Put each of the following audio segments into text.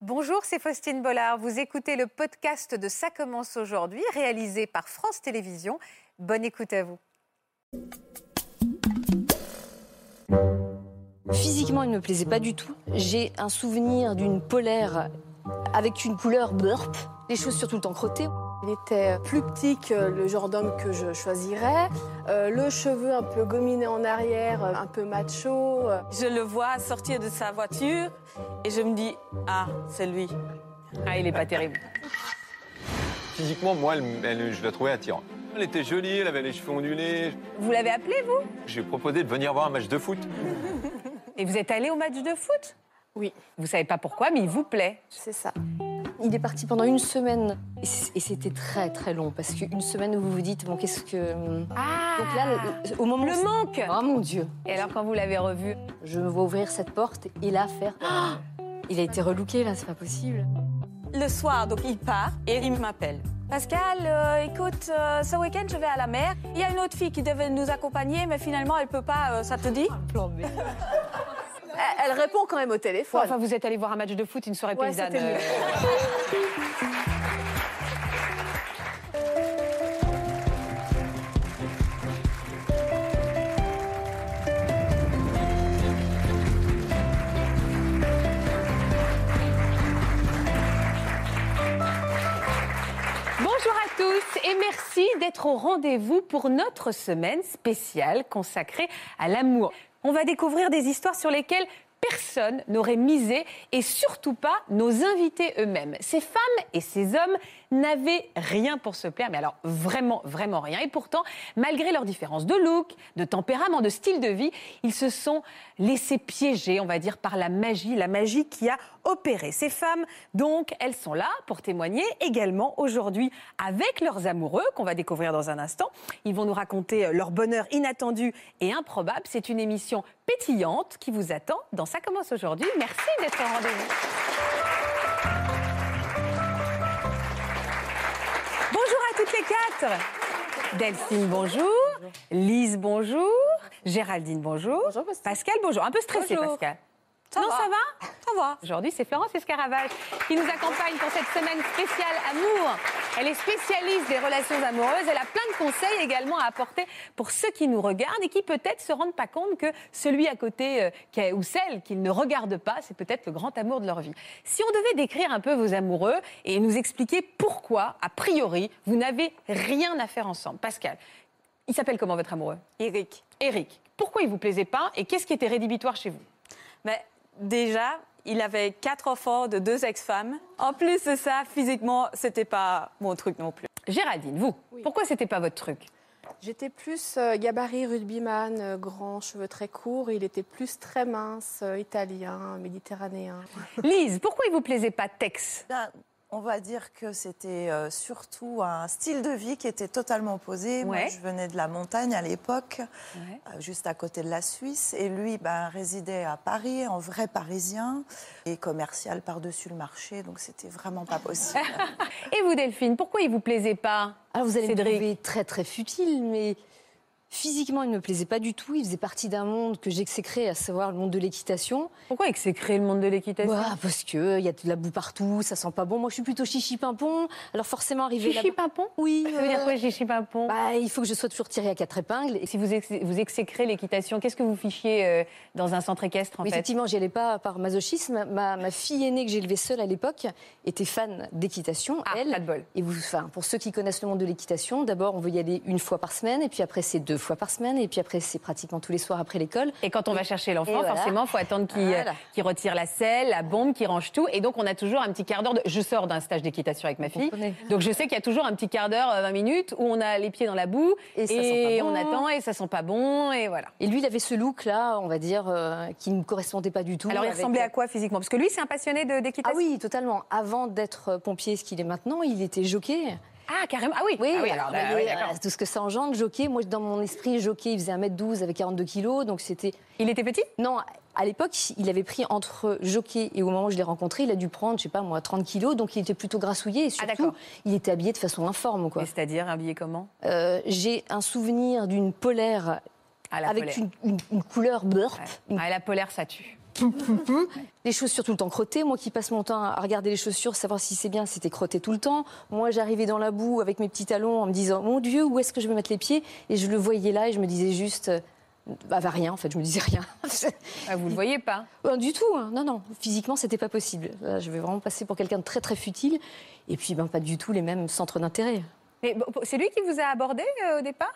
Bonjour, c'est Faustine Bollard. Vous écoutez le podcast de Ça commence aujourd'hui, réalisé par France Télévisions. Bonne écoute à vous. Physiquement, il ne me plaisait pas du tout. J'ai un souvenir d'une polaire avec une couleur burp, les chaussures tout le temps crottées. Il était plus petit que le genre d'homme que je choisirais. Euh, le cheveu un peu gominé en arrière, euh, un peu macho. Je le vois sortir de sa voiture et je me dis Ah, c'est lui. Ah, il est pas terrible. Physiquement, moi, elle, elle- je la trouvais attirante. Elle était jolie, elle avait les cheveux ondulés. Vous l'avez appelé, vous J'ai proposé de venir voir un match de foot. Et vous êtes allé au match de foot Oui. Vous savez pas pourquoi, mais il vous plaît. C'est ça. Il est parti pendant une semaine. Et c- Et c'était très très long parce qu'une semaine où vous vous dites Bon, qu'est-ce que. Ah Donc là, le- au moment où. Le manque Ah mon Dieu Et alors, quand vous l'avez revu Je me vois ouvrir cette porte et là faire. Ah il a été relooké là, c'est pas possible. Le soir, donc il part et il m'appelle. Pascal, euh, écoute, euh, ce week-end, je vais à la mer. Il y a une autre fille qui devait nous accompagner, mais finalement, elle peut pas, euh, ça te dit Elle, elle répond quand même au téléphone. Enfin, vous êtes allé voir un match de foot, une soirée Ouais, paysanne. c'était mieux. euh, Bonjour à tous et merci d'être au rendez-vous pour notre semaine spéciale consacrée à l'amour. On va découvrir des histoires sur lesquelles personne n'aurait misé et surtout pas nos invités eux-mêmes. Ces femmes et ces hommes n'avaient rien pour se plaire, mais alors vraiment, vraiment rien. Et pourtant, malgré leurs différences de look, de tempérament, de style de vie, ils se sont laissés piéger, on va dire, par la magie, la magie qui a opéré ces femmes. Donc, elles sont là pour témoigner également aujourd'hui avec leurs amoureux, qu'on va découvrir dans un instant. Ils vont nous raconter euh, leur bonheur inattendu et improbable. C'est une émission pétillante qui vous attend dans Ça commence aujourd'hui. Merci d'être au rendez-vous. Bonjour à toutes les quatre. Delphine, bonjour. Lise, bonjour. Géraldine, bonjour. Bonjour, Pascal. bonjour. Un peu stressée, Bonjour. Pascal. Ça non, va. ça va Ça va. Aujourd'hui, c'est Florence Escaravage qui nous accompagne pour cette semaine spéciale amour. Elle est spécialiste des relations amoureuses. Elle a plein de conseils également à apporter pour ceux qui nous regardent et qui peut-être se rendent pas compte que celui à côté euh, qui a- ou celle qu'ils ne regardent pas, c'est peut-être le grand amour de leur vie. Si on devait décrire un peu vos amoureux et nous expliquer pourquoi, a priori, vous n'avez rien à faire ensemble. Pascal, il s'appelle comment votre amoureux Eric. Eric. Pourquoi il vous plaisait pas et qu'est-ce qui était rédhibitoire chez vous Mais déjà, il avait quatre enfants de deux ex-femmes. En plus de ça, physiquement, c'était pas mon truc non plus. Géraldine, vous, Oui. pourquoi c'était pas votre truc J'étais plus euh, gabarit rugbyman, euh, grand, cheveux très courts. Il était plus très mince, euh, italien, méditerranéen. Lise, pourquoi il vous plaisait pas Tex Ah. Là, on va dire que c'était euh, surtout un style de vie qui était totalement opposé. Moi, Ouais. je venais de la montagne à l'époque, euh, juste à côté de la Suisse. Et lui, ben, résidait à Paris, en vrai parisien, et commercial par-dessus le marché. Donc, c'était vraiment pas possible. Et vous Delphine, pourquoi il vous plaisait pas Alors Ah, vous allez Cédric. me trouver très très futile, mais physiquement, il ne me plaisait pas du tout. Il faisait partie d'un monde que j'exécrais, à savoir le monde de l'équitation. Pourquoi exécrer le monde de l'équitation Bah, parce que il y a de la boue partout, ça sent pas bon. Moi, je suis plutôt chichi pimpon. Alors forcément, arrivé Chichi là. Pimpon Oui. Ça veut dire euh, quoi Chichi Pimpon bah, il faut que je sois toujours tirée à quatre épingles. Et Et Si vous, ex- vous exécrez l'équitation, qu'est-ce que vous fichiez euh, dans un centre équestre en Mais fait effectivement, j'y allais pas par masochisme. Ma, ma fille aînée que j'ai élevée seule à l'époque était fan d'équitation. Ah, elle, pas de bol. Et vous, enfin, pour ceux qui connaissent le monde de l'équitation, d'abord on veut y aller une fois par semaine, et puis après c'est deux fois par semaine, et puis après c'est pratiquement tous les soirs après l'école. Et quand on va chercher l'enfant, Et voilà. forcément, il faut attendre qu'il euh, Voilà. qu'il retire la selle, la bombe, qu'il range tout. Et donc, on a toujours un petit quart d'heure. De... Je sors d'un stage d'équitation avec ma fille. comprenez. Donc, je sais qu'il y a toujours un petit quart d'heure, euh, 20 minutes, où on a les pieds dans la boue. Et ça et sent pas on bon. attend, et ça sent pas bon, et voilà. Et lui, il avait ce look là, on va dire, euh, qui ne me correspondait pas du tout. Alors, il avec- ressemblait à quoi physiquement Parce que lui, c'est un passionné de- Ah d'équitation. oui, totalement. Avant d'être pompier, ce qu'il est maintenant, il était jockey. Ah, carrément. Ah oui. Oui, Ah alors, vous bah, oui, voyez, d'accord. voilà, tout ce que ça engendre, jockey. Moi, dans mon esprit, jockey, il faisait 1m12 avec 42 kilos, donc c'était. Il était petit Non, à l'époque, il avait pris entre jockey et au moment où je l'ai rencontré, il a dû prendre, je sais pas moi, 30 kilos, donc il était plutôt grassouillé et surtout, Ah, d'accord. il était habillé de façon informe, quoi. Mais C'est-à-dire habillé comment Euh, J'ai un souvenir d'une polaire À Ah, la avec polaire. une, une- une couleur burp. Ouais. Ah, la polaire, ça tue. pou, pou, pou. Les chaussures tout le temps crottées. Moi qui passe mon temps à regarder les chaussures, savoir si c'est bien, c'était crotté tout le temps. Moi, j'arrivais dans la boue avec mes petits talons en me disant Mon Dieu, où est-ce que je vais mettre les pieds Et je le voyais là et je me disais juste. euh, Bah, va rien, en fait, je me disais rien. Ah, vous le voyez pas. Euh, du tout, hein. non, non, physiquement, c'était pas possible. Là, je vais vraiment passer pour quelqu'un de très, très futile. Et puis, ben, pas du tout les mêmes centres d'intérêt. Mais bon, c'est lui qui vous a abordé euh, au départ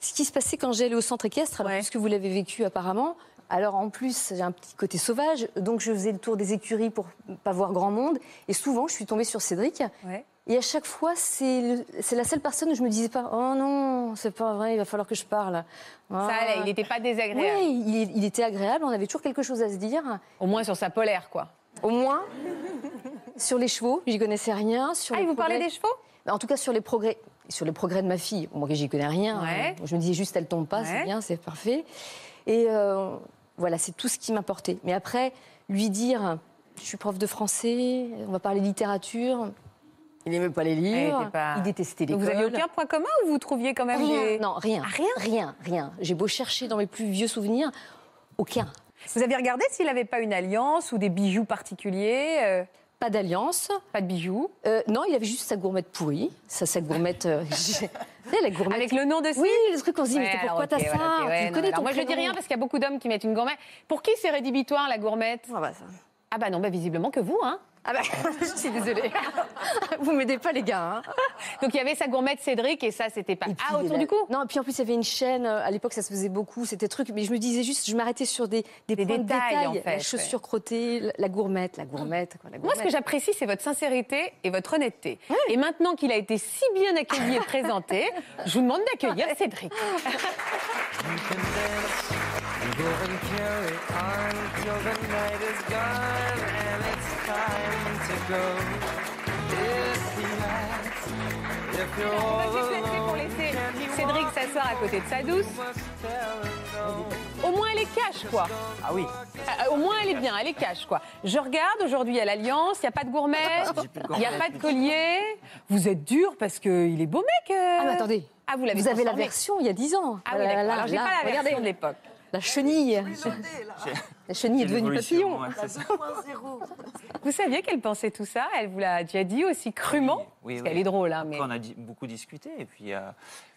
Ce qui se passait quand j'allais au centre équestre, alors, Ouais. puisque vous l'avez vécu apparemment, alors en plus j'ai un petit côté sauvage, donc je faisais le tour des écuries pour pas voir grand monde, et souvent je suis tombée sur Cédric. Ouais. Et à chaque fois, c'est le- c'est la seule personne où je me disais pas Oh non, c'est pas vrai, il va falloir que je parle. Ah. Ça allait, il n'était pas désagréable. Oui, il, il était agréable, on avait toujours quelque chose à se dire. Au moins sur sa polaire, quoi. Au moins, sur les chevaux, j'y connaissais rien. Sur Ah, les il vous parlait progrès- des chevaux bah, En tout cas, sur les progrès, sur les progrès de ma fille, moi que j'y connais rien, Ouais. hein. je me disais juste, elle tombe pas, Ouais. c'est bien, c'est parfait. Et euh, voilà, c'est tout ce qui m'importait. Mais après, lui dire, je suis prof de français, on va parler littérature, il n'aimait pas les livres, Ah, il était pas- il détestait Donc l'école. vous aviez aucun point commun ou vous trouviez quand même Rien, des... Ah, non, rien. rien Rien, rien. J'ai beau chercher dans mes plus vieux souvenirs, aucun. Vous avez regardé s'il n'avait pas une alliance ou des bijoux particuliers euh, Pas d'alliance. Pas de bijoux. Euh, non, il avait juste sa gourmette pourrie. Ça, sa gourmette. euh, j'ai- Tu sais, la gourmette. Avec le nom de Oui, le truc qu'on se dit, mais Ouais, pourquoi alors, t'as ok, ça voilà, ok, ouais, Tu non, connais alors ton Moi, je dis prénom. rien parce qu'il y a beaucoup d'hommes qui mettent une gourmette. Pour qui c'est rédhibitoire, la gourmette Ah bah, ça- Ah bah non, bah visiblement que vous, hein. Ah bah, je suis désolée. Vous m'aidez pas, les gars. hein. Donc il y avait sa gourmette Cédric et ça, c'était pas... Et puis, Ah, autour la- du cou Non, et puis en plus, il y avait une chaîne. euh, À l'époque, ça se faisait beaucoup. C'était truc. Mais je me disais juste, je m'arrêtais sur des, des, Des points de détails, détail. en fait, la chaussure crottée, la, la gourmette, la gourmette. quoi, la Moi, ce que gourmette. j'apprécie, c'est votre sincérité et votre honnêteté. Et maintenant qu'il a été si bien accueilli et présenté, je vous demande d'accueillir Cédric. Ah, pour laisser Cédric s'asseoir à côté de sa douce. Au moins, elle est cash, quoi. Ah oui, Euh, Au moins, elle est bien, elle est cash, quoi. Je regarde, aujourd'hui, à l'Alliance, il n'y a pas de gourmette, il n'y a pas de collier. Vous êtes dur parce qu'il est beau mec. euh. Ah, mais attendez. Ah, vous l'avez Vous avez la transformé. version il y a 10 ans. Ah oui, Voilà, d'accord. là, Alors, j'ai là, pas la version regardez. de l'époque. La chenille. La chenille est quelle devenue évolution, papillon. ouais, c'est ça. Vous saviez qu'elle pensait tout ça Elle vous l'a déjà dit aussi crûment Oui, Parce oui. qu'elle est drôle, hein, mais... Après, on a di- beaucoup discuté et puis, euh,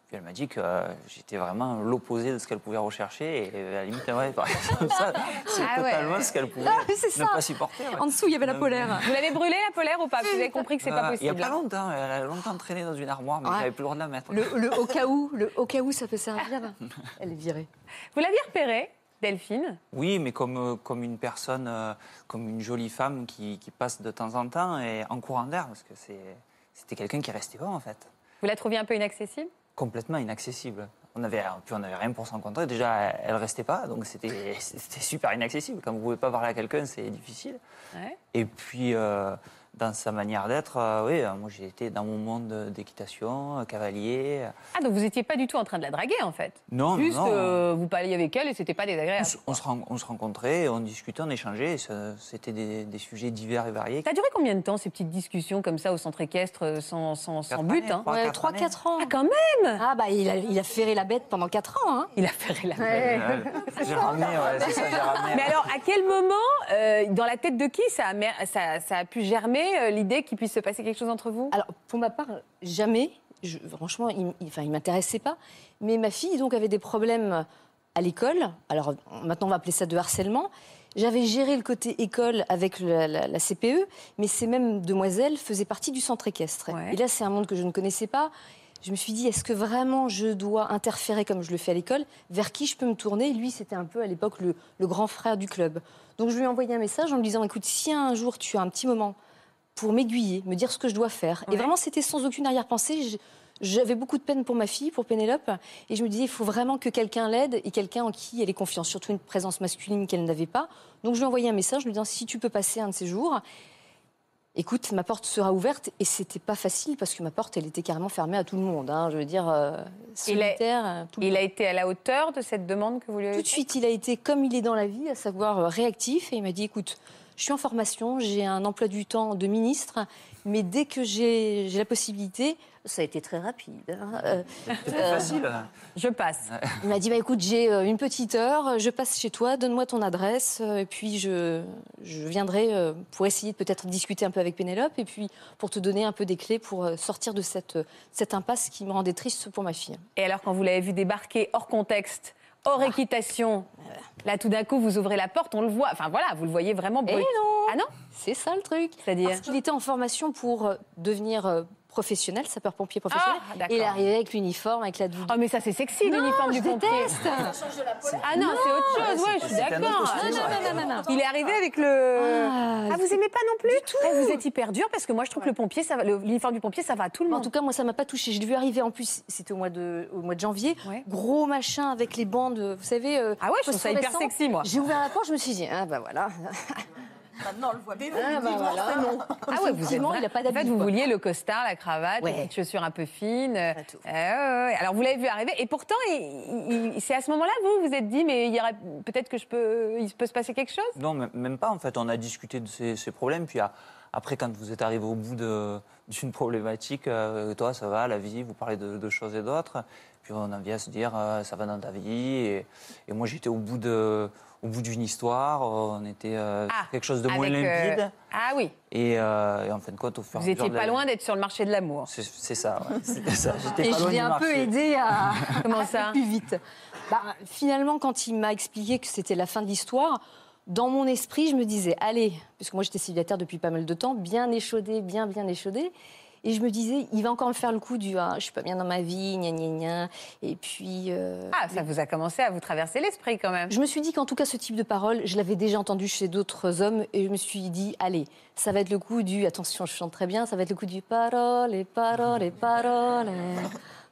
puis elle m'a dit que euh, j'étais vraiment l'opposé de ce qu'elle pouvait rechercher et euh, à la limite, ouais, par exemple, ça, c'est Ah ouais. totalement ce qu'elle pouvait Ah, mais c'est ne ça. pas supporter. ouais. En dessous, il y avait la polaire. Vous l'avez brûlée, la polaire, ou pas Vous avez compris que c'est pas Euh, Il n'y a possible. pas longtemps, elle a longtemps traîné dans une armoire, mais Ouais. j'avais plus le droit de la mettre. Le, le au cas où, le au cas où, ça peut servir. Elle est virée. Vous l'aviez repérée, Delphine Oui, mais comme, euh, comme une personne, euh, comme une jolie femme qui, qui passe de temps en temps et en courant d'air, parce que c'est- c'était quelqu'un qui restait pas en fait. Vous la trouviez un peu inaccessible complètement inaccessible. On avait, puis on n'avait rien pour s'en contrer. Déjà, elle restait pas, donc c'était c'était super inaccessible. Quand vous pouvez pas parler à quelqu'un, c'est difficile. Ouais. Et puis, euh, dans sa manière d'être, euh, oui, euh, moi j'ai été dans mon monde d'équitation, euh, cavalier. Ah, donc vous n'étiez pas du tout en train de la draguer, en fait Non, non, Juste, non. euh, vous parliez avec elle et c'était pas On, désagréable. se- on se, ren- on se rencontrait, on discutait, on échangeait. et ça- C'était des, des sujets divers et variés. Ça a duré combien de temps, ces petites discussions comme ça au centre équestre, euh, sans, sans, sans Quatre but années, hein quoi. Ouais, quatre 3-4 ans. Ah, quand même Ah bah il a, il a ferré la bête pendant 4 ans. Hein. Il a fait la Euh, J'ai ramené, ouais, c'est ça, j'ai ramené. Mais alors, à quel moment, euh, dans la tête de qui, ça a, mer- ça, ça a pu germer euh, l'idée qu'il puisse se passer quelque chose entre vous Alors pour ma part, jamais. Je- franchement, il, il- enfin, il m'intéressait pas. Mais ma fille donc avait des problèmes à l'école. Alors maintenant on va appeler ça de harcèlement. J'avais géré le côté école avec la, la- la CPE, mais ces mêmes demoiselles faisaient partie du centre équestre. Ouais. Et là c'est un monde que je ne connaissais pas. Je me suis dit, est-ce que vraiment je dois interférer comme je le fais à l'école Vers qui je peux me tourner Lui, c'était un peu à l'époque le, le grand frère du club. Donc je lui ai envoyé un message en lui disant, écoute, si un jour tu as un petit moment pour m'aiguiller, me dire ce que je dois faire. Et vraiment, c'était sans aucune arrière-pensée. Je- J'avais beaucoup de peine pour ma fille, pour Pénélope, et je me disais, il faut vraiment que quelqu'un l'aide et quelqu'un en qui elle est confiante, surtout une présence masculine qu'elle n'avait pas. Donc je lui ai envoyé un message, lui disant, si tu peux passer un de ces jours, écoute, ma porte sera ouverte. Et c'était pas facile parce que ma porte, elle était carrément fermée à tout le monde. hein. je veux dire, euh, Il est- solitaire. euh, tout le Il monde. a été à la hauteur de cette demande que vous lui avez Tout de faite suite, il a été comme il est dans la vie, à savoir euh, réactif, et il m'a dit, écoute, je suis en formation, j'ai un emploi du temps de ministre, mais dès que j'ai j'ai la possibilité, ça a été très rapide. hein, euh, euh, Facile. Je passe. il m'a dit bah, écoute, j'ai euh, une petite heure, je passe chez toi, donne-moi ton adresse, euh, et puis je, je viendrai euh, pour essayer de peut-être discuter un peu avec Pénélope, et puis pour te donner un peu des clés pour euh, sortir de cette, cette impasse qui me rendait triste pour ma fille. Et alors, quand vous l'avez vu débarquer hors contexte, hors Ah. équitation, là, tout d'un coup, vous ouvrez la porte, on le voit. Enfin, voilà, vous le voyez vraiment Eh brut. Ah non C'est ça le truc. C'est-à-dire Parce qu'il était en formation pour euh, devenir euh, professionnel, sapeur-pompier professionnel. Ah, d'accord. et il arrivait avec l'uniforme, avec la doudoune. Oh, mais ça, c'est sexy, l'uniforme du pompier. Ah non, c'est autre chose, ouais, je suis c'est un autre d'accord. costume, ouais. non, non, non. Il est arrivé avec le. Ah, Ah, vous aimez pas non plus Eh, Vous êtes hyper dur parce que moi, je trouve que le pompier, ça va- le- l'uniforme du pompier, ça va à tout le En monde. tout cas, moi, ça m'a pas touché. Je l'ai vu arriver. En plus, c'était au mois de, au mois de janvier. Ouais. Gros machin avec les bandes, vous savez. euh, Ah ouais, je trouve ça hyper phosphorescentes. sexy, moi. J'ai ouvert la porte, je me suis dit, ah bah voilà. Maintenant, on le voit bien. Ah bah voilà. Ah ouais, vous êtes Effectivement, vrai- il a pas En fait, d'habit, vous quoi. vouliez le costard, la cravate, Ouais. les petites chaussures un peu fines. Pas tout. Euh, ouais, ouais. Alors, vous l'avez vu arriver. Et pourtant, il- il- c'est à ce moment-là, vous, vous êtes dit, mais il y aura peut-être que je peux, il peut se passer quelque chose. Non, même- même pas en fait. On a discuté de ces, ces problèmes. Puis à- après, quand vous êtes arrivé au bout de- d'une problématique, euh, toi, ça va, la vie, vous parlez de, de choses et d'autres. Puis on en vient à se dire, euh, ça va dans ta vie. Et, et moi, j'étais au bout de- au bout d'une histoire. euh, On était euh, Ah, sur quelque chose de moins avec, euh, limpide. Ah oui, Et, euh, et en fin de compte, au fur et vous à mesure étiez de la- pas loin d'être sur le marché de l'amour. C'est c'est ça, ouais. C'était ça. J'étais Et pas je loin l'ai du un peu marché. aidé à. Comment à ça aller plus vite. Bah, finalement, quand il m'a expliqué que c'était la fin de l'histoire, dans mon esprit, je me disais, allez, puisque moi j'étais célibataire depuis pas mal de temps, bien échaudé, bien, bien échaudé. Et je me disais, il va encore me faire le coup du ah, je suis pas bien dans ma vie, gna gna gna. Et puis. euh, Ah, ça vous a commencé à vous traverser l'esprit quand même. Je me suis dit qu'en tout cas, ce type de parole, je l'avais déjà entendu chez d'autres hommes et je me suis dit, allez, ça va être le coup du. Attention, je chante très bien, ça va être le coup du parole et parole et parole.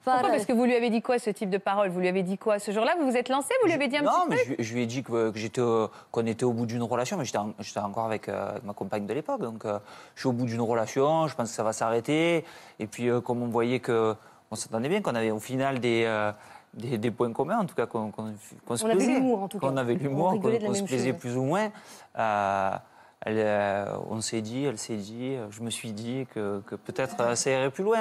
Pourquoi Parce que vous lui avez dit quoi ce type de parole Vous lui avez dit quoi Ce jour-là, vous vous êtes lancé Vous lui avez dit un non, petit mais truc je, lui- je lui ai dit que, que j'étais, euh, qu'on était au bout d'une relation, mais j'étais, en- j'étais encore avec euh, avec ma compagne de l'époque. Donc, euh, je suis au bout d'une relation, je pense que ça va s'arrêter. Et puis, euh, comme on voyait que on s'entendait bien, qu'on avait au final des, euh, des, des points communs, en tout cas, qu'on, qu'on- qu'on se On avait plaisait. l'humour, en tout cas. Qu'on avait On l'humour, qu'on, rigolait de la qu'on se même plaisait chose. plus ou moins. euh, elle, euh, on s'est dit, elle s'est dit, euh, je me suis dit que, que peut-être euh, ça irait plus loin.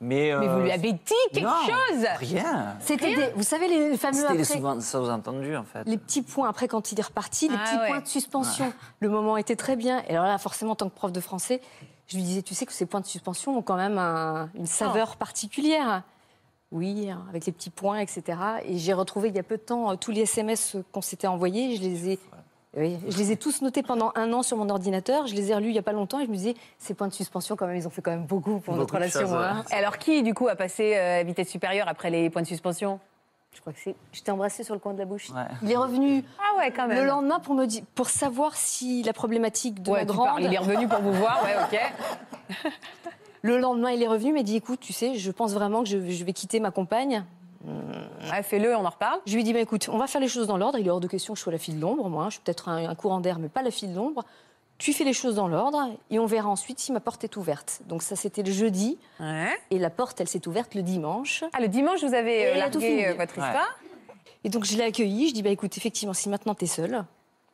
Mais, Mais euh, vous lui avez dit quelque non, chose Rien. C'était des- vous savez les fameux C'était après- souvent sous-entendu, en fait. les petits points après quand il est reparti, les Ah petits ouais. points de suspension. Le moment était très bien. Et alors là, forcément, en tant que prof de français, je lui disais, tu sais que ces points de suspension ont quand même un- Oh. une saveur particulière. Oui, avec les petits points, etc. Et j'ai retrouvé il y a peu de temps euh, tous les SMS qu'on s'était envoyés. Je les ai, oui, je les ai tous notés pendant un an sur mon ordinateur. Je les ai relus il y a pas longtemps et je me disais, ces points de suspension, quand même, ils ont fait quand même beaucoup pour notre Beaucoup de relation. choses, ouais. hein. Alors qui, du coup, a passé euh, à vitesse supérieure après les points de suspension Je crois que c'est, je t'ai embrassé sur le coin de la bouche. Ouais. Il est revenu Ah ouais, quand même. Le lendemain, pour, me di- pour savoir si la problématique de Ouais, ma tu grande... parles, il est revenu pour vous voir, ouais, ok. Le lendemain, il est revenu, il m'a dit, écoute, tu sais, je pense vraiment que je, je vais quitter ma compagne. Mm. Ouais, Fais-le, on en reparle. Je lui ai dit, bah, écoute, on va faire les choses dans l'ordre. Il est hors de question que je sois la fille de l'ombre, moi. hein. Je suis peut-être un, un courant d'air, mais pas la fille de l'ombre. Tu fais les choses dans l'ordre et on verra ensuite si ma porte est ouverte. Donc ça, c'était le jeudi. Et la porte, elle s'est ouverte le dimanche. Ah, le dimanche, vous avez euh, Et il a tout fini. largué euh, votre Ouais. histoire. Et donc, je l'ai accueilli. Je dis, bah, écoute, effectivement, si maintenant t'es seule,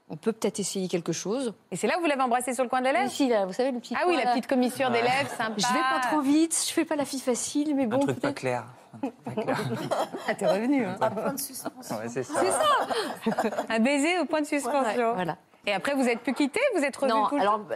on peut peut-être essayer quelque chose. Et c'est là où vous l'avez embrassé sur le coin de la lèvre Ici, là, vous savez, le petit Ah oui, coin, la là. petite commissure des lèvres, sympa. Je vais pas trop vite, je fais pas la fille facile, mais Un bon, truc pas peut-être. clair. Un truc pas clair. Ah, t'es revenu, hein Ouais, c'est ça. Un baiser au point de suspension. Voilà. Et après, vous êtes plus quitté Vous êtes revenu Non, tout le alors bah,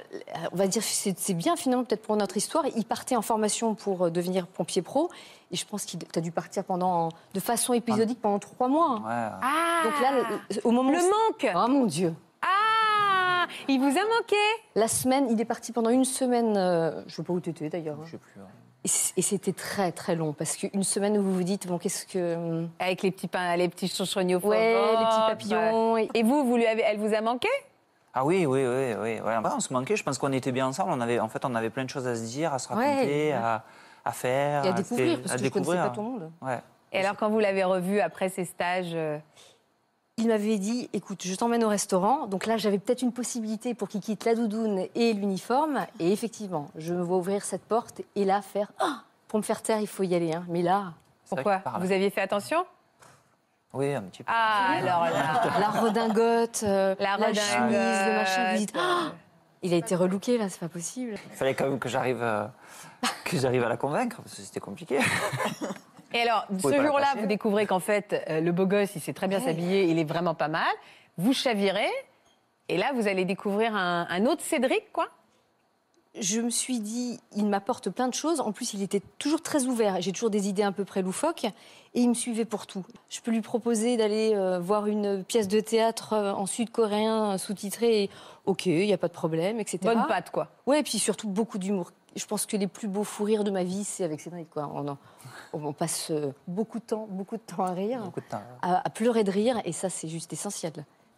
on va dire que c'est c'est bien finalement peut-être pour notre histoire. Il partait en formation pour euh, devenir pompier pro et je pense qu'il a dû partir pendant de façon épisodique pendant trois mois. hein. Ouais. Ah Donc là, le- au moment où- le manque Oh mon Dieu Ah Il vous a manqué La semaine, il est parti pendant une semaine, euh, je sais pas où tu étais d'ailleurs. hein. Je sais plus. hein. Et c- Et c'était très très long parce qu'une semaine où vous vous dites, bon qu'est-ce que... hum, Avec les petits pains, les petits chouchournis au fond. Ouais, les petits ventre. papillons. et- Et vous, vous lui avez, elle vous a manqué Ah oui, oui, oui, oui. ouais. Ouais, on se manquait. Je pense qu'on était bien ensemble. On avait, en fait, on avait plein de choses à se dire, à se Ouais. raconter, à, à faire. Et à découvrir faire- parce Ah, à que je connaissais découvrir. pas ton monde. Ouais. Et alors, quand vous l'avez revu après ces stages euh, Il m'avait dit, écoute, je t'emmène au restaurant. Donc là, j'avais peut-être une possibilité pour qu'il quitte la doudoune et l'uniforme. Et effectivement, je me vois ouvrir cette porte et là faire, Ah pour me faire taire, il faut y aller. hein. Mais là, C'est vrai Pourquoi qu'il parle. Vous aviez fait attention Oui, un petit peu. Ah, alors là. La redingote, euh, la, La redingote. chemise, euh, le machin. Vous dites, Ah, il a été relooké là, c'est pas possible. Il fallait quand même que j'arrive euh, que j'arrive à la convaincre, parce que c'était compliqué. Et alors, pouvez ce pas la jour-là, passer. vous découvrez qu'en fait, euh, le beau gosse, il sait très bien s'habiller, il est vraiment pas mal. Vous chavirez, et là, vous allez découvrir un, un autre Cédric, quoi. Je me suis dit, il m'apporte plein de choses. En plus, il était toujours très ouvert. J'ai toujours des idées à peu près loufoques. Et il me suivait pour tout. Je peux lui proposer d'aller euh, voir une pièce de théâtre euh, en sud-coréen euh, sous-titrée. et, Ok, il n'y a pas de problème, etc. Bonne patte, quoi. Ouais, et puis surtout beaucoup d'humour. Je pense que les plus beaux fous rires de ma vie, c'est avec Cédric. Quoi. On, en- on passe euh, beaucoup de temps, beaucoup de temps à rire, Beaucoup de temps. à, à pleurer de rire, et ça, c'est juste essentiel.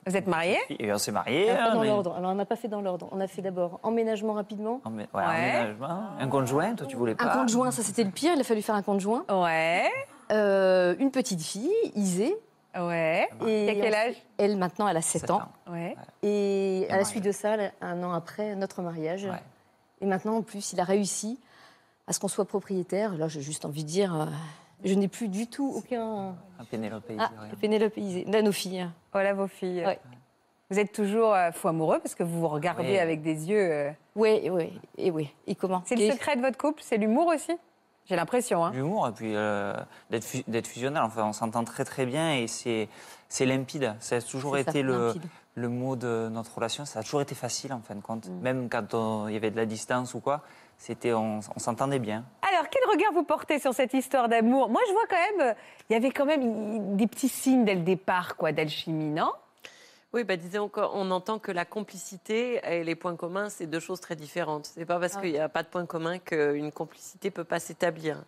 Vous êtes mariés Et on s'est mariés. Alors, pas hein, dans mais- l'ordre. Alors, on n'a pas fait dans l'ordre. On a fait d'abord emménagement rapidement. en- ouais, emménagement. Un conjoint, toi, tu voulais Un pas. conjoint, ça c'était le pire. Il a fallu faire un conjoint. Ouais, Euh, une petite fille, Isée. ouais. Et T'as quel âge Elle, maintenant, elle a 7, Sept ans. ans. Ouais. Et à la mariage. suite de ça, un an après, notre mariage. Ouais. Et maintenant, en plus, il a réussi à ce qu'on soit propriétaire. Là, j'ai juste envie de dire, euh, je n'ai plus du tout aucun... Un Pénélope. il Ah, dit rien. Pénélope Isée, là, nos filles. hein. Voilà vos filles. Ouais. Vous êtes toujours euh, fou amoureux parce que vous vous regardez Ouais. avec des yeux. euh, Ouais, ouais, et ouais. Et comment C'est Et- le secret de votre couple, c'est l'humour aussi. J'ai l'impression. Hein. L'humour et puis euh, d'être fu- d'être fusionnel. Enfin, on s'entend très très bien et c'est c'est limpide. Ça a toujours C'est ça, été le, limpide. le mot de notre relation. Ça a toujours été facile en fin de compte. Même quand on- il y avait de la distance ou quoi, c'était on, on s'entendait bien. Alors, quel regard vous portez sur cette histoire d'amour Moi, je vois quand même, euh, il y avait quand même il- des petits signes dès le départ, quoi, d'alchimie, non Oui, bah, disons qu'on entend que la complicité et les points communs, c'est deux choses très différentes. C'est pas parce qu'il n'y a pas de points communs qu'une complicité peut pas s'établir.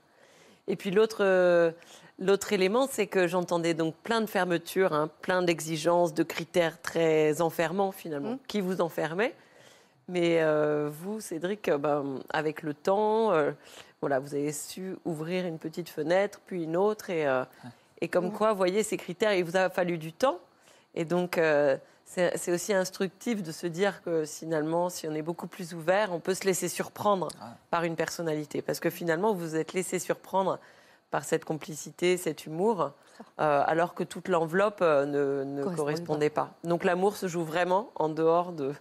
Et puis l'autre, euh, l'autre élément, c'est que j'entendais donc plein de fermetures, hein, plein d'exigences, de critères très enfermants finalement, qui vous enfermaient. Mais euh, vous, Cédric, euh, ben, avec le temps, euh, voilà, vous avez su ouvrir une petite fenêtre, puis une autre, et, euh, et comme quoi, vous voyez, ces critères, il vous a fallu du temps. Et donc, euh, c'est c'est aussi instructif de se dire que finalement, si on est beaucoup plus ouvert, on peut se laisser surprendre par une personnalité. Parce que finalement, vous vous êtes laissé surprendre par cette complicité, cet humour, euh, alors que toute l'enveloppe euh, ne, ne Correspondait correspondait pas. Donc l'amour se joue vraiment en dehors de,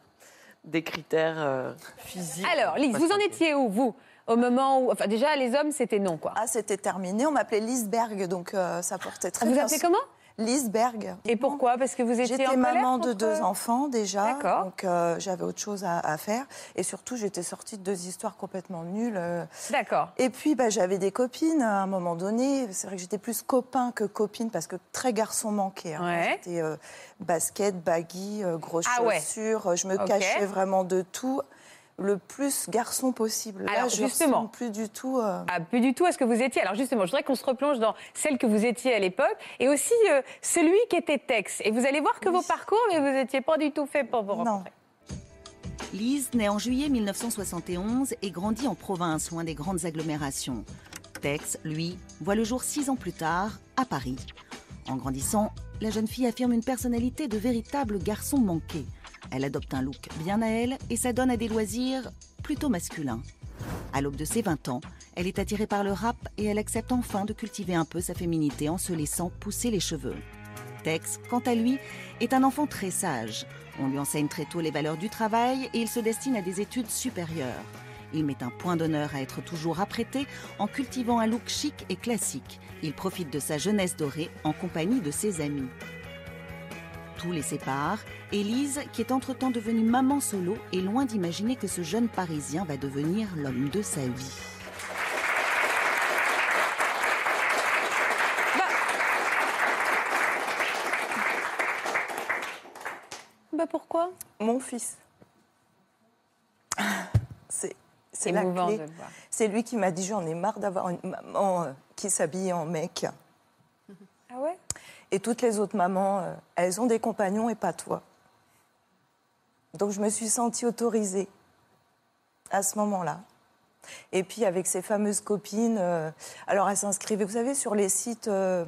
des critères euh, physiques. Alors, Lise, Pas vous en simple. étiez où, vous Au moment où. Enfin, déjà, les hommes, c'était non, quoi. Ah, c'était terminé. On m'appelait Lisberg, donc euh, ça portait très Ah, vous vous bien. appelez comment Lisberg. Et pourquoi Parce que vous étiez en J'étais colère maman de contre- deux enfants déjà, D'accord. donc euh, j'avais autre chose à, à faire. Et surtout, j'étais sortie de deux histoires complètement nulles. euh. D'accord. Et puis, bah, j'avais des copines à un moment donné. C'est vrai que j'étais plus copain que copine parce que très garçon manqué. hein. Ouais. J'étais euh, basket, baggy, euh, grosses Ah ouais. chaussures. euh, Je me Ok. cachais vraiment de tout, le plus garçon possible. Là, Alors, je justement. ressemble plus du tout. euh, Ah, plus du tout à ce que vous étiez. Alors justement, je voudrais qu'on se replonge dans celle que vous étiez à l'époque et aussi euh, celui qui était Tex. Et vous allez voir que vos parcours, mais vous n'étiez pas du tout fait pour vous Non. rencontrer. Lise naît en juillet 1971 et grandit en province, loin des grandes agglomérations. Tex, lui, voit le jour six ans plus tard, à Paris. En grandissant, la jeune fille affirme une personnalité de véritable garçon manqué. Elle adopte un look bien à elle et s'adonne à des loisirs plutôt masculins. À l'aube de ses 20 ans, elle est attirée par le rap et elle accepte enfin de cultiver un peu sa féminité en se laissant pousser les cheveux. Tex, quant à lui, est un enfant très sage. On lui enseigne très tôt les valeurs du travail et il se destine à des études supérieures. Il met un point d'honneur à être toujours apprêté en cultivant un look chic et classique. Il profite de sa jeunesse dorée en compagnie de ses amis. Tout les sépare et Lise, qui est entre-temps devenue maman solo, est loin d'imaginer que ce jeune Parisien va devenir l'homme de sa vie. Bah pourquoi Mon fils. C'est c'est C'est la émouvant clé. de le voir. C'est lui qui m'a dit j'en ai marre d'avoir une maman euh, qui s'habille en mec. Ah ouais Et toutes les autres mamans, euh, elles ont des compagnons et pas toi. Donc je me suis sentie autorisée à ce moment-là. Et puis avec ces fameuses copines, euh, alors elles s'inscrivaient, vous savez, sur les sites euh,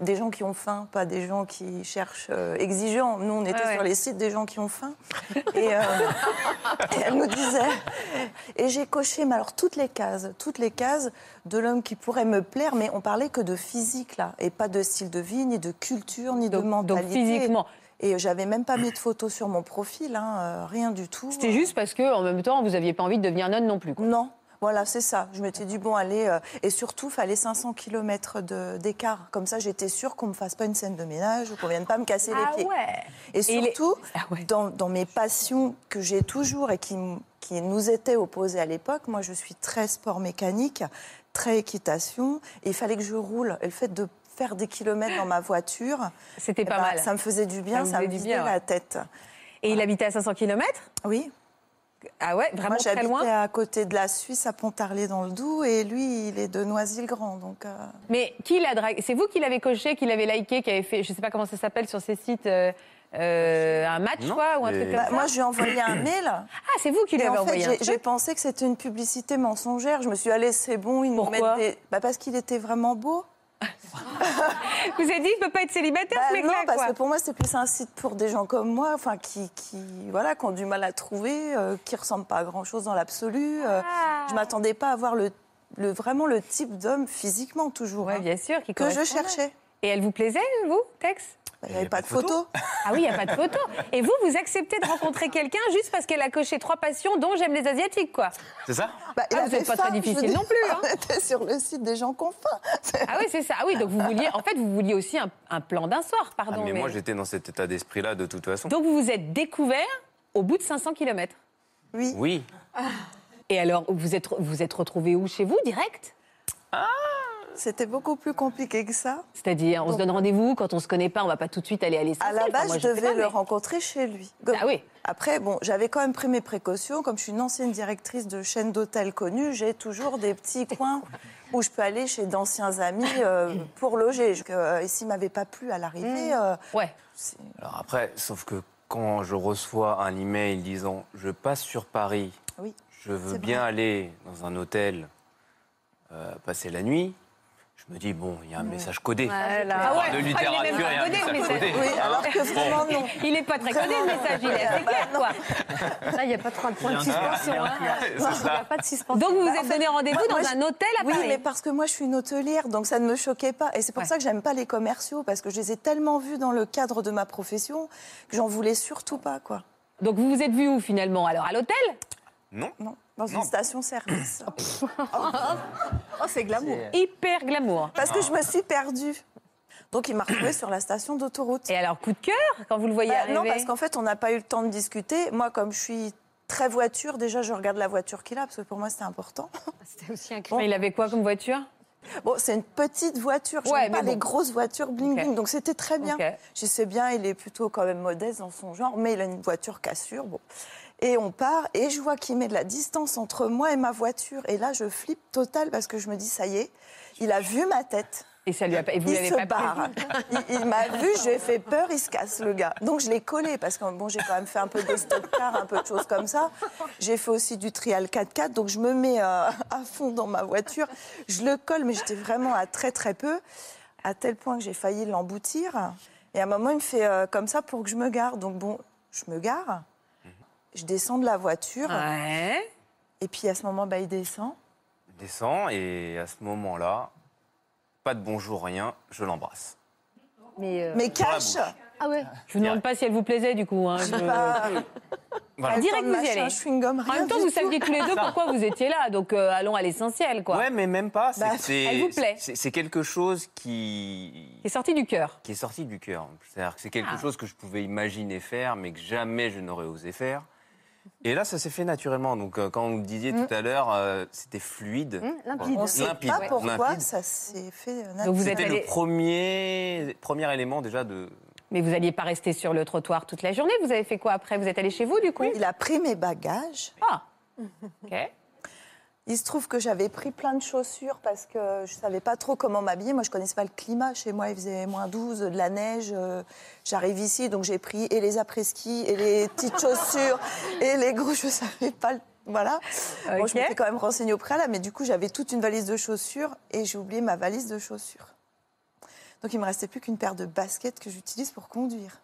des gens qui ont faim, pas des gens qui cherchent euh, exigeants. Nous, on était sur les sites des gens qui ont faim. Et, euh, et elle nous disait. Et j'ai coché, mais alors toutes les cases, toutes les cases de l'homme qui pourrait me plaire, mais on parlait que de physique là, et pas de style de vie, ni de culture, ni de mentalité. physiquement. Et j'avais même pas mis de photos sur mon profil, hein, euh, rien du tout. C'était juste parce que, en même temps, vous n'aviez pas envie de devenir nonne non plus. quoi. Non. Voilà, c'est ça. Je m'étais dit, bon, allez, euh, et surtout, fallait 500 km d'écart. Comme ça, j'étais sûre qu'on ne me fasse pas une scène de ménage ou qu'on ne vienne pas me casser Ah les pieds. ouais. Et Et les- Ah surtout, dans, dans mes passions que j'ai toujours et qui, m- qui nous étaient opposées à l'époque, moi, je suis très sport mécanique, très équitation, et il fallait que je roule. Et le fait de faire des kilomètres dans ma voiture, C'était eh pas ben, mal. Ça me faisait du bien, Ça ça, vous faisait me du vidait bien, ouais. la tête. Et il habitait à 500 km Oui. Ah ouais, vraiment Moi, très loin j'habitais à côté de la Suisse, à Pontarlier dans le Doubs, et lui, il est de Noisy-le-Grand. Donc, euh, Mais qui l'a dragué C'est vous qui l'avez coché, qui l'avez liké, qui avez fait, je sais pas comment ça s'appelle sur ces sites, euh, euh, un match Non, quoi, ou un mais- truc comme Bah, ça moi, je lui ai envoyé un mail. Ah, c'est vous qui et lui avez en fait, envoyé un j'ai- j'ai truc pensé que c'était une publicité mensongère. Je me suis dit, allez, c'est bon, ils nous Pourquoi mettent des- bah, Parce qu'il était vraiment beau. Vous avez dit, il peut pas être célibataire, ce Bah, non, mec-là, parce quoi. que pour moi, c'est plus un site pour des gens comme moi, enfin, qui, qui, voilà, qui ont du mal à trouver, euh, qui ressemblent pas à grand-chose dans l'absolu. euh, Ah. Je m'attendais pas à voir le, le- vraiment le type d'homme physiquement, toujours. hein, Bien sûr, qui que je correspondait. cherchais. Et elle vous plaisait, vous, Tex Il n'y avait pas de photo. Ah oui, il n'y a pas de photo. Et vous, vous acceptez de rencontrer quelqu'un juste parce qu'elle a coché trois passions, dont j'aime les Asiatiques, quoi. C'est ça Bah, il Ah, vous avait êtes pas très faim, je veux difficile dire. non plus, hein. On était sur le site des gens qu'on faim. Ah oui, c'est ça. Ah oui, donc vous vouliez, en fait, vous vouliez aussi un, un plan d'un soir, Ah, pardon. mais, mais- moi, j'étais dans cet état d'esprit-là, de toute façon. Donc vous vous êtes découvert au bout de 500 km. Oui. Oui. Et alors, vous êtes, vous êtes retrouvé où Chez vous, direct Ah C'était beaucoup plus compliqué que ça. C'est-à-dire, on se donne rendez-vous, quand on se connaît pas, on va pas tout de suite aller à À l'essentiel. la Enfin, base, Ah, moi, je sais devais pas, le mais- Ah rencontrer chez lui. Après, bon, j'avais quand même pris mes précautions. Comme je suis une ancienne directrice de chaîne d'hôtels connue, j'ai toujours des petits coins où je peux aller chez d'anciens amis euh, Mm. pour loger. Donc, euh, et s'il m'avait pas plu à l'arrivée, euh, Alors après, sauf que quand je reçois un email disant je passe sur Paris, Oui, je veux c'est bien vrai. aller dans un hôtel euh, passer la nuit, je me dis bon, il y a un message codé. Ah, là. On Ah parle ouais. de Ah, il est littérature, même il y a un pas codé, message le codé. message. Oui, hein. alors que vraiment, Bon. non. Il est pas très codé, le message, il est assez clair, quoi. Là, il n'y a pas de point Il y en a- de suspension. il y en a- hein. c'est ça. Il n'y a pas de suspension. Donc vous vous Bah, en êtes fait, donné rendez-vous moi, dans moi, je- un hôtel à Oui, Paris. mais parce que moi, je suis une hôtelière, donc ça ne me choquait pas. Et c'est pour ça que j'aime pas les commerciaux, parce que je les ai tellement vus dans le cadre de ma profession que j'en voulais surtout pas, quoi. Donc vous vous êtes vu où finalement Alors à l'hôtel Non. Non, dans une station-service. oh, c'est glamour. Hyper glamour. Parce que je me suis perdue. Donc il m'a retrouvée sur la station d'autoroute. Et alors coup de cœur quand vous le voyez Bah, arriver non, parce qu'en fait, on n'a pas eu le temps de discuter. Moi, comme je suis très voiture, déjà, je regarde la voiture qu'il a, parce que pour moi, c'était important. Ah, C'était aussi un Mais Il avait quoi comme voiture Bon, c'est une petite voiture, j'aime Ouais, pas mais les bon. grosses voitures bling Ok. bling, donc c'était très bien. Ok. Je sais bien, il est plutôt quand même modeste dans son genre, mais il a une voiture cassure, bon. Et on part, et je vois qu'il met de la distance entre moi et ma voiture, et là je flippe total parce que je me dis ça y est, il a vu ma tête. Et ça lui a pas- et vous il l'avez se pas barre. Il, il m'a vu, j'ai fait peur, il se casse le gars. Donc je l'ai collé parce que bon, j'ai quand même fait un peu de stock car, un peu de choses comme ça. J'ai fait aussi du trial 4x4, donc je me mets euh, à fond dans ma voiture. Je le colle, mais j'étais vraiment à très très peu, à tel point que j'ai failli l'emboutir. Et à un moment, il me fait euh, comme ça pour que je me gare. Donc bon, je me gare, je descends de la voiture. Et puis à ce moment, bah, il descend. Descends et à ce moment-là, pas de bonjour, rien, je l'embrasse. Mais, euh, Mais cache Ah ouais. Je vous demande pas si elle vous plaisait du coup. hein, je- Voilà. Pas le temps Direct de vous y machin, allez. chewing-gum, En rien même temps du vous tout. saviez tous les deux pourquoi vous étiez là, donc euh, allons à l'essentiel quoi. Ouais, mais même pas. c'est- Bah, c'est- elle vous plaît. C'est c'est quelque chose qui... Il est sorti du cœur. qui est sorti du cœur. C'est-à-dire que c'est quelque Ah. chose que je pouvais imaginer faire, mais que jamais je n'aurais osé faire. Et là, ça s'est fait naturellement. Donc, euh, quand vous me disiez tout à l'heure, euh, c'était fluide. Mm, limpide. On sait limpide. pas pourquoi limpide. ça s'est fait euh, Donc vous êtes C'était allé- le premier, premier élément déjà de. Mais vous n'alliez pas rester sur le trottoir toute la journée. Vous avez fait quoi après Vous êtes allé chez vous du coup Il a pris mes bagages. Ah. Ok. Il se trouve que j'avais pris plein de chaussures parce que je savais pas trop comment m'habiller. Moi, je connaissais pas le climat. Chez moi, il faisait moins 12, de la neige. euh, J'arrive ici, donc j'ai pris et les après-ski, et les petites chaussures, et les gros. Je savais pas le- Voilà. Bon, je Ok. m'étais quand même renseignée au préalable, mais du coup, j'avais toute une valise de chaussures et j'ai oublié ma valise de chaussures. Donc il me restait plus qu'une paire de baskets que j'utilise pour conduire.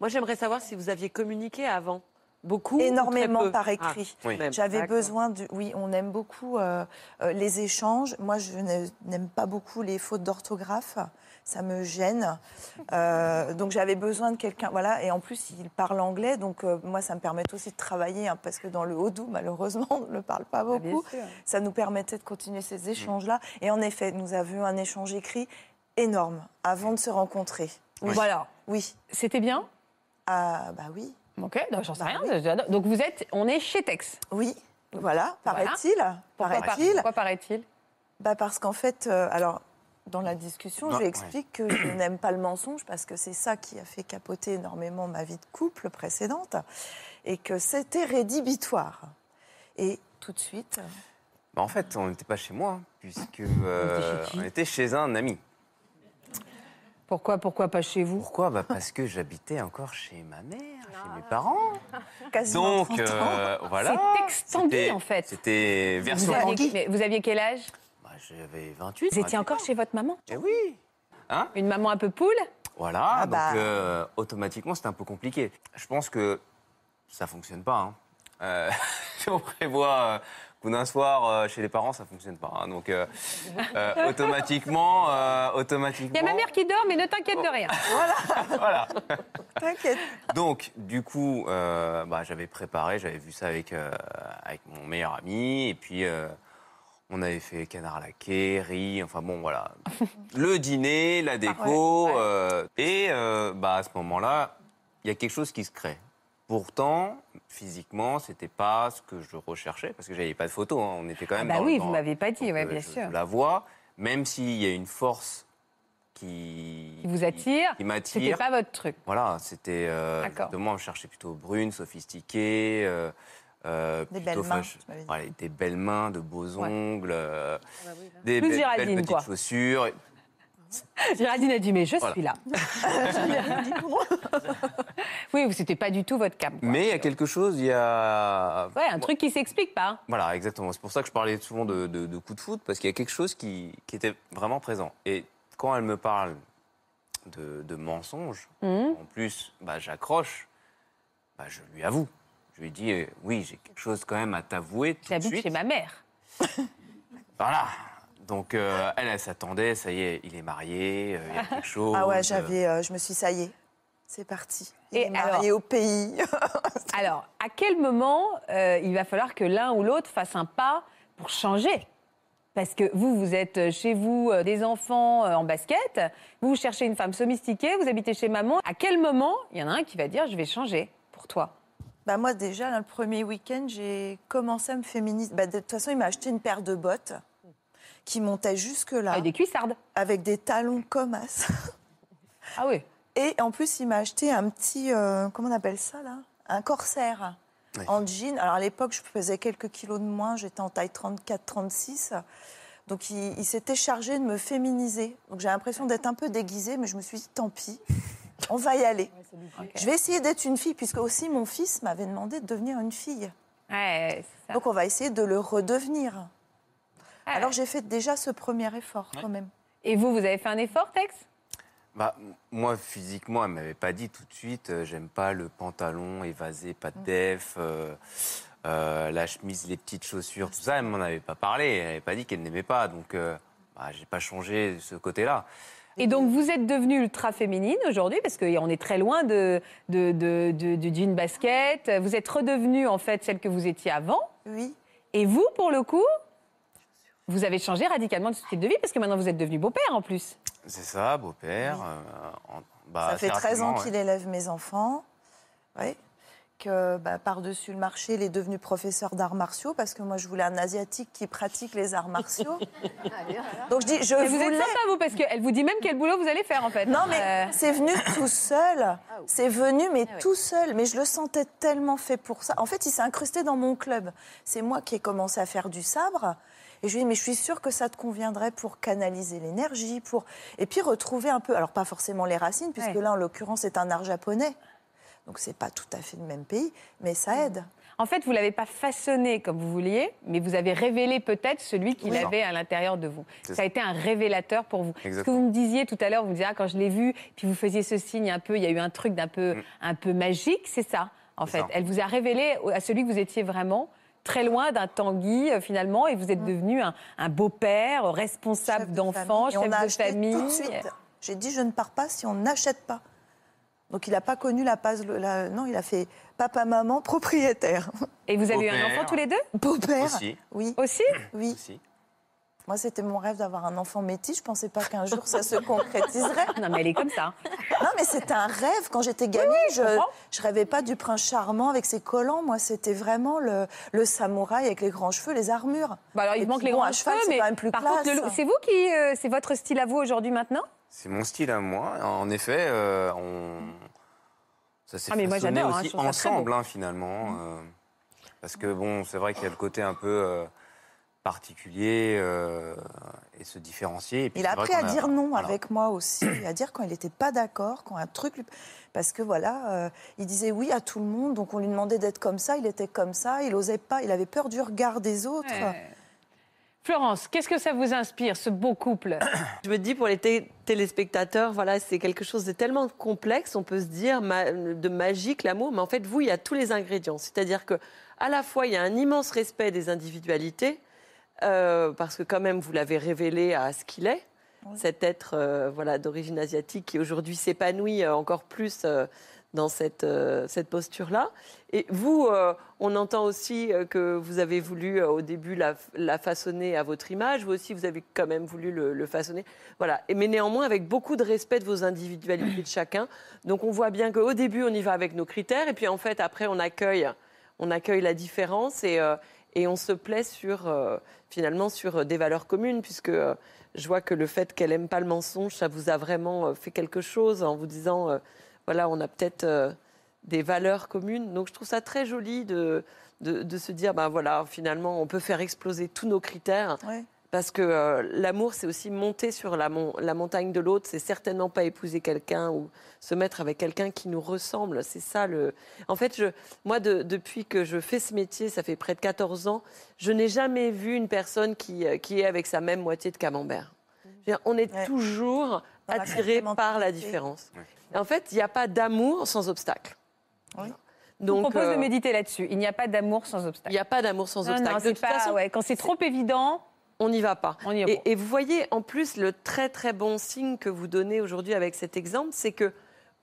Moi, j'aimerais savoir si vous aviez communiqué avant. Beaucoup ou très Énormément peu par écrit. Ah, oui. J'avais D'accord. besoin du. Oui, on aime beaucoup euh, euh, les échanges. Moi, je n'ai- n'aime pas beaucoup les fautes d'orthographe. Ça me gêne. Euh, donc, j'avais besoin de quelqu'un. Voilà. Et en plus, il parle anglais. Donc, euh, moi, ça me permet aussi de travailler. hein, parce que dans le Haut-Doubs, malheureusement, on ne le parle pas beaucoup. sûr. ça nous permettait de continuer ces échanges-là. Et en effet, nous avions un échange écrit énorme avant de se rencontrer. Oui. Voilà. Oui. C'était bien Ah, bah oui. Bah Ok, donc j'en sais rien. j'adore. Donc vous êtes, on est chez Tex. Oui, voilà, paraît-il. Pourquoi par- Paraît-il. Pourquoi paraît-il Bah parce qu'en fait, euh, alors dans la discussion, Non, je lui explique que je n'aime pas le mensonge parce que c'est ça qui a fait capoter énormément ma vie de couple précédente et que c'était rédhibitoire. Et tout de suite, Bah, en fait, on n'était pas chez moi, hein, puisque euh, on était chez un ami. Pourquoi, pourquoi pas chez vous Pourquoi bah Parce que j'habitais encore chez ma mère, chez mes parents. Quasiment Donc, 30 ans. euh, voilà. C'est extendu C'était- en fait. C'était version. Vous aviez, mais vous aviez quel âge Bah, J'avais 28. Vous étiez encore chez votre maman Eh oui Hein Une maman un peu poule Voilà, Ah donc bah. euh, automatiquement, c'était un peu compliqué. Je pense que ça fonctionne pas. hein. Euh, si on prévoit euh, coup d'un soir euh, chez les parents, ça fonctionne pas. hein. Donc, euh, euh, automatiquement, euh, Il y a automatiquement. ma mère qui dort, mais ne t'inquiète de rien. Oh. Voilà. voilà. T'inquiète. Donc, du coup, euh, bah, j'avais préparé, j'avais vu ça avec, euh, avec mon meilleur ami, et puis euh, on avait fait canard laqué, riz, enfin bon, voilà. Le dîner, Ah la déco, euh, et euh, bah, à ce moment-là, il y a quelque chose qui se crée. Pourtant, physiquement, c'était pas ce que je recherchais, parce que j'avais pas de photo, hein, on était quand Ah même bah dans- oui, dans- vous m'avez pas dit, donc, ouais, euh, bien je- sûr. Je la vois, même s'il y a une force qui... Il vous attire. qui m'attire. C'était pas votre truc. Voilà, c'était euh, D'accord. justement, je cherchais plutôt brune, sophistiquée, euh, euh, Des plutôt belles mains, fâche- tu m'avais dit. voilà, des belles mains, de beaux Ouais. bah ongles, euh, des Plus be- belles Géraldine, petites quoi. chaussures. Et- Géraldine a dit, mais je Voilà. suis là. oui, vous- c'était pas du tout votre cap. Mais il y a quelque chose, il y a Ouais, un truc qui s'explique pas. hein. Voilà, exactement. C'est pour ça que je parlais souvent de, de, de coup de foot, parce qu'il y a quelque chose qui, qui était vraiment présent. Et quand elle me parle de, de mensonges, Hmm? Mhm. en plus, bah, j'accroche, bah, je lui avoue. Je lui dis, euh, oui, j'ai quelque chose quand même à t'avouer tout de J'habite suite. chez ma mère. Voilà. Donc, euh, elle, elle s'attendait, ça y est, il est marié, euh, il y a quelque chose. ah euh, ouais, j'avais, euh, je me suis, dit, ça y est, c'est parti. Il Et est marié alors au pays. alors, à quel moment euh, il va falloir que l'un ou l'autre fasse un pas pour changer Parce que vous, vous êtes chez vous, euh, des enfants euh, en basket, vous cherchez une femme sophistiquée, vous habitez chez maman. À quel moment il y en a un qui va dire je vais changer pour toi Bah moi déjà, là, le premier week-end, j'ai commencé à me féminiser. Bah, de toute façon, il m'a acheté une paire de bottes qui montaient jusque-là. Avec des cuissardes. Avec des talons comme as. Ah oui. Et en plus, il m'a acheté un petit, euh, comment on appelle ça là Un corsaire en jean. Alors à l'époque, je pesais quelques kilos de moins, j'étais en taille 34-36. Donc il, il s'était chargé de me féminiser. Donc j'ai l'impression d'être un peu déguisée, mais je me suis dit, tant pis, on va y aller. Je vais essayer d'être une fille, puisque aussi mon fils m'avait demandé de devenir une fille. Donc on va essayer de le redevenir. Alors j'ai fait déjà ce premier effort quand même. Et vous, vous avez fait un effort, Tex Bah, m- moi, physiquement, elle m'avait pas dit tout de suite, euh, j'aime pas le pantalon évasé, pas de Mm. def, euh, euh, la chemise, les petites chaussures, tout ça, elle m'en avait pas parlé, elle avait pas dit qu'elle n'aimait pas, donc euh, bah, j'ai pas changé ce côté-là. Et donc, vous êtes devenue ultra féminine aujourd'hui, parce qu'on est très loin de, de, de- de- du jean basket. Vous êtes redevenue, en fait, celle que vous étiez avant. Oui. Ah, Et vous, pour le coup, vous avez changé radicalement de style de vie, parce que maintenant, vous êtes devenu beau-père, en plus. C'est ça, beau-père. euh, en- bah, ça fait assez 13 ans rapidement, qu'il ouais. élève mes enfants. Oui. Que bah, par-dessus le marché, il est devenu professeur d'arts martiaux parce que moi, je voulais un Asiatique qui pratique les arts martiaux. Donc je dis, je Ah, Et vous voulais- êtes sympa, vous, parce qu'elle vous dit même quel boulot vous allez faire, en fait. Euh, Ah Non, mais c'est venu tout seul. C'est venu, mais tout seul. Mais je le sentais tellement fait pour ça. En fait, il s'est incrusté dans mon club. C'est moi qui ai commencé à faire du sabre. Et je lui ai dit, mais je suis sûre que ça te conviendrait pour canaliser l'énergie, pour. Et puis retrouver un peu. Alors, pas forcément les racines, puisque là, en l'occurrence, c'est un art japonais. Donc, c'est pas tout à fait le même pays, mais ça aide. Mm. En fait, vous l'avez pas façonné comme vous vouliez, mais vous avez révélé peut-être celui qu'il Oui. avait à l'intérieur de vous. C'est Ça, ça. a été un révélateur pour vous. Ce que Exactement. vous me disiez tout à l'heure, vous me disiez ah, quand je l'ai vu, puis vous faisiez ce signe un peu, il y a eu un truc d'un peu un peu magique, c'est ça. En fait, Mm. ça. elle vous a révélé au- à celui que vous étiez vraiment. Très loin d'un Tanguy, euh, finalement, et Mm. vous êtes devenu un, un beau-père, euh, responsable d'enfants, Et on chef a de acheté famille. tout de suite. J'ai dit, je ne pars pas si on n'achète pas. Donc il n'a pas connu la passe. la- non, il a fait papa, maman, propriétaire. Et vous avez eu un enfant tous les deux Beau-père. Aussi. Oui. Aussi Oui. Moi, c'était mon rêve d'avoir un enfant métis. Je ne pensais pas qu'un jour ça se concrétiserait. Non, mais elle est comme ça. Non, mais c'était un rêve. Quand j'étais gamine, je ne rêvais pas du prince charmant avec ses collants. Moi, c'était vraiment le, le samouraï avec les grands cheveux, les armures. Bah alors, il Et manque puis, les bon, grands à cheval, cheveux, c'est mais quand même plus par classe. contre, le look- c'est vous qui, euh, c'est votre style à vous aujourd'hui maintenant C'est mon style à moi. En effet, euh, on... ça s'est Ah, mais moi, façonné j'adore, hein, je aussi trouve ça très ensemble, beau. hein, finalement. euh, parce que, bon, c'est vrai qu'il y a le côté un peu euh, particulier euh, et se différencier. Et puis, Il a c'est vrai appris à qu'on dire non Voilà. avec moi aussi, et à dire quand il n'était pas d'accord, quand un truc lui... Parce que voilà, euh, il disait oui à tout le monde, donc on lui demandait d'être comme ça, il était comme ça, il osait pas, il avait peur du regard des autres. Ouais. Florence, qu'est-ce que ça vous inspire, ce beau couple Je me dis pour les té- téléspectateurs, voilà, c'est quelque chose de tellement complexe, on peut se dire ma- de magique l'amour, mais en fait vous, il y a tous les ingrédients. C'est-à-dire que à la fois il y a un immense respect des individualités, euh, parce que quand même vous l'avez révélé à ce qu'il est, cet être euh, voilà d'origine asiatique qui aujourd'hui s'épanouit euh, encore plus. euh, dans cette, euh, cette posture-là. Et vous, euh, on entend aussi euh, que vous avez voulu euh, au début la, la façonner à votre image. Vous aussi, vous avez quand même voulu le, le façonner. Voilà. Et, mais néanmoins, avec beaucoup de respect de vos individualités de chacun. Donc on voit bien qu'au début, on y va avec nos critères. Et puis en fait, après, on accueille, on accueille la différence et, euh, et on se plaît sur, euh, finalement sur euh, des valeurs communes, puisque euh, je vois que le fait qu'elle aime pas le mensonge, ça vous a vraiment euh, fait quelque chose en vous disant... euh, voilà, on a peut-être euh, des valeurs communes. Donc je trouve ça très joli de, de, de se dire, ben voilà, finalement, on peut faire exploser tous nos critères. Ouais. Parce que euh, l'amour, c'est aussi monter sur la, mon- la montagne de l'autre. C'est certainement pas épouser quelqu'un ou se mettre avec quelqu'un qui nous ressemble. C'est ça le. En fait, je, moi, de- depuis que je fais ce métier, ça fait près de 14 ans, je n'ai jamais vu une personne qui, euh, qui est avec sa même moitié de camembert. Je veux dire, on est toujours la attiré par la différence. En fait, il n'y a pas d'amour sans obstacle. Je vous propose euh, de méditer là-dessus. Il n'y a pas d'amour sans obstacle. Il n'y a pas d'amour sans Non, obstacle. non, De c'est toute pas- façon, Ah ouais, quand c'est trop évident, on n'y va pas. On y va et, pas. et vous voyez, en plus, le très très bon signe que vous donnez aujourd'hui avec cet exemple, c'est que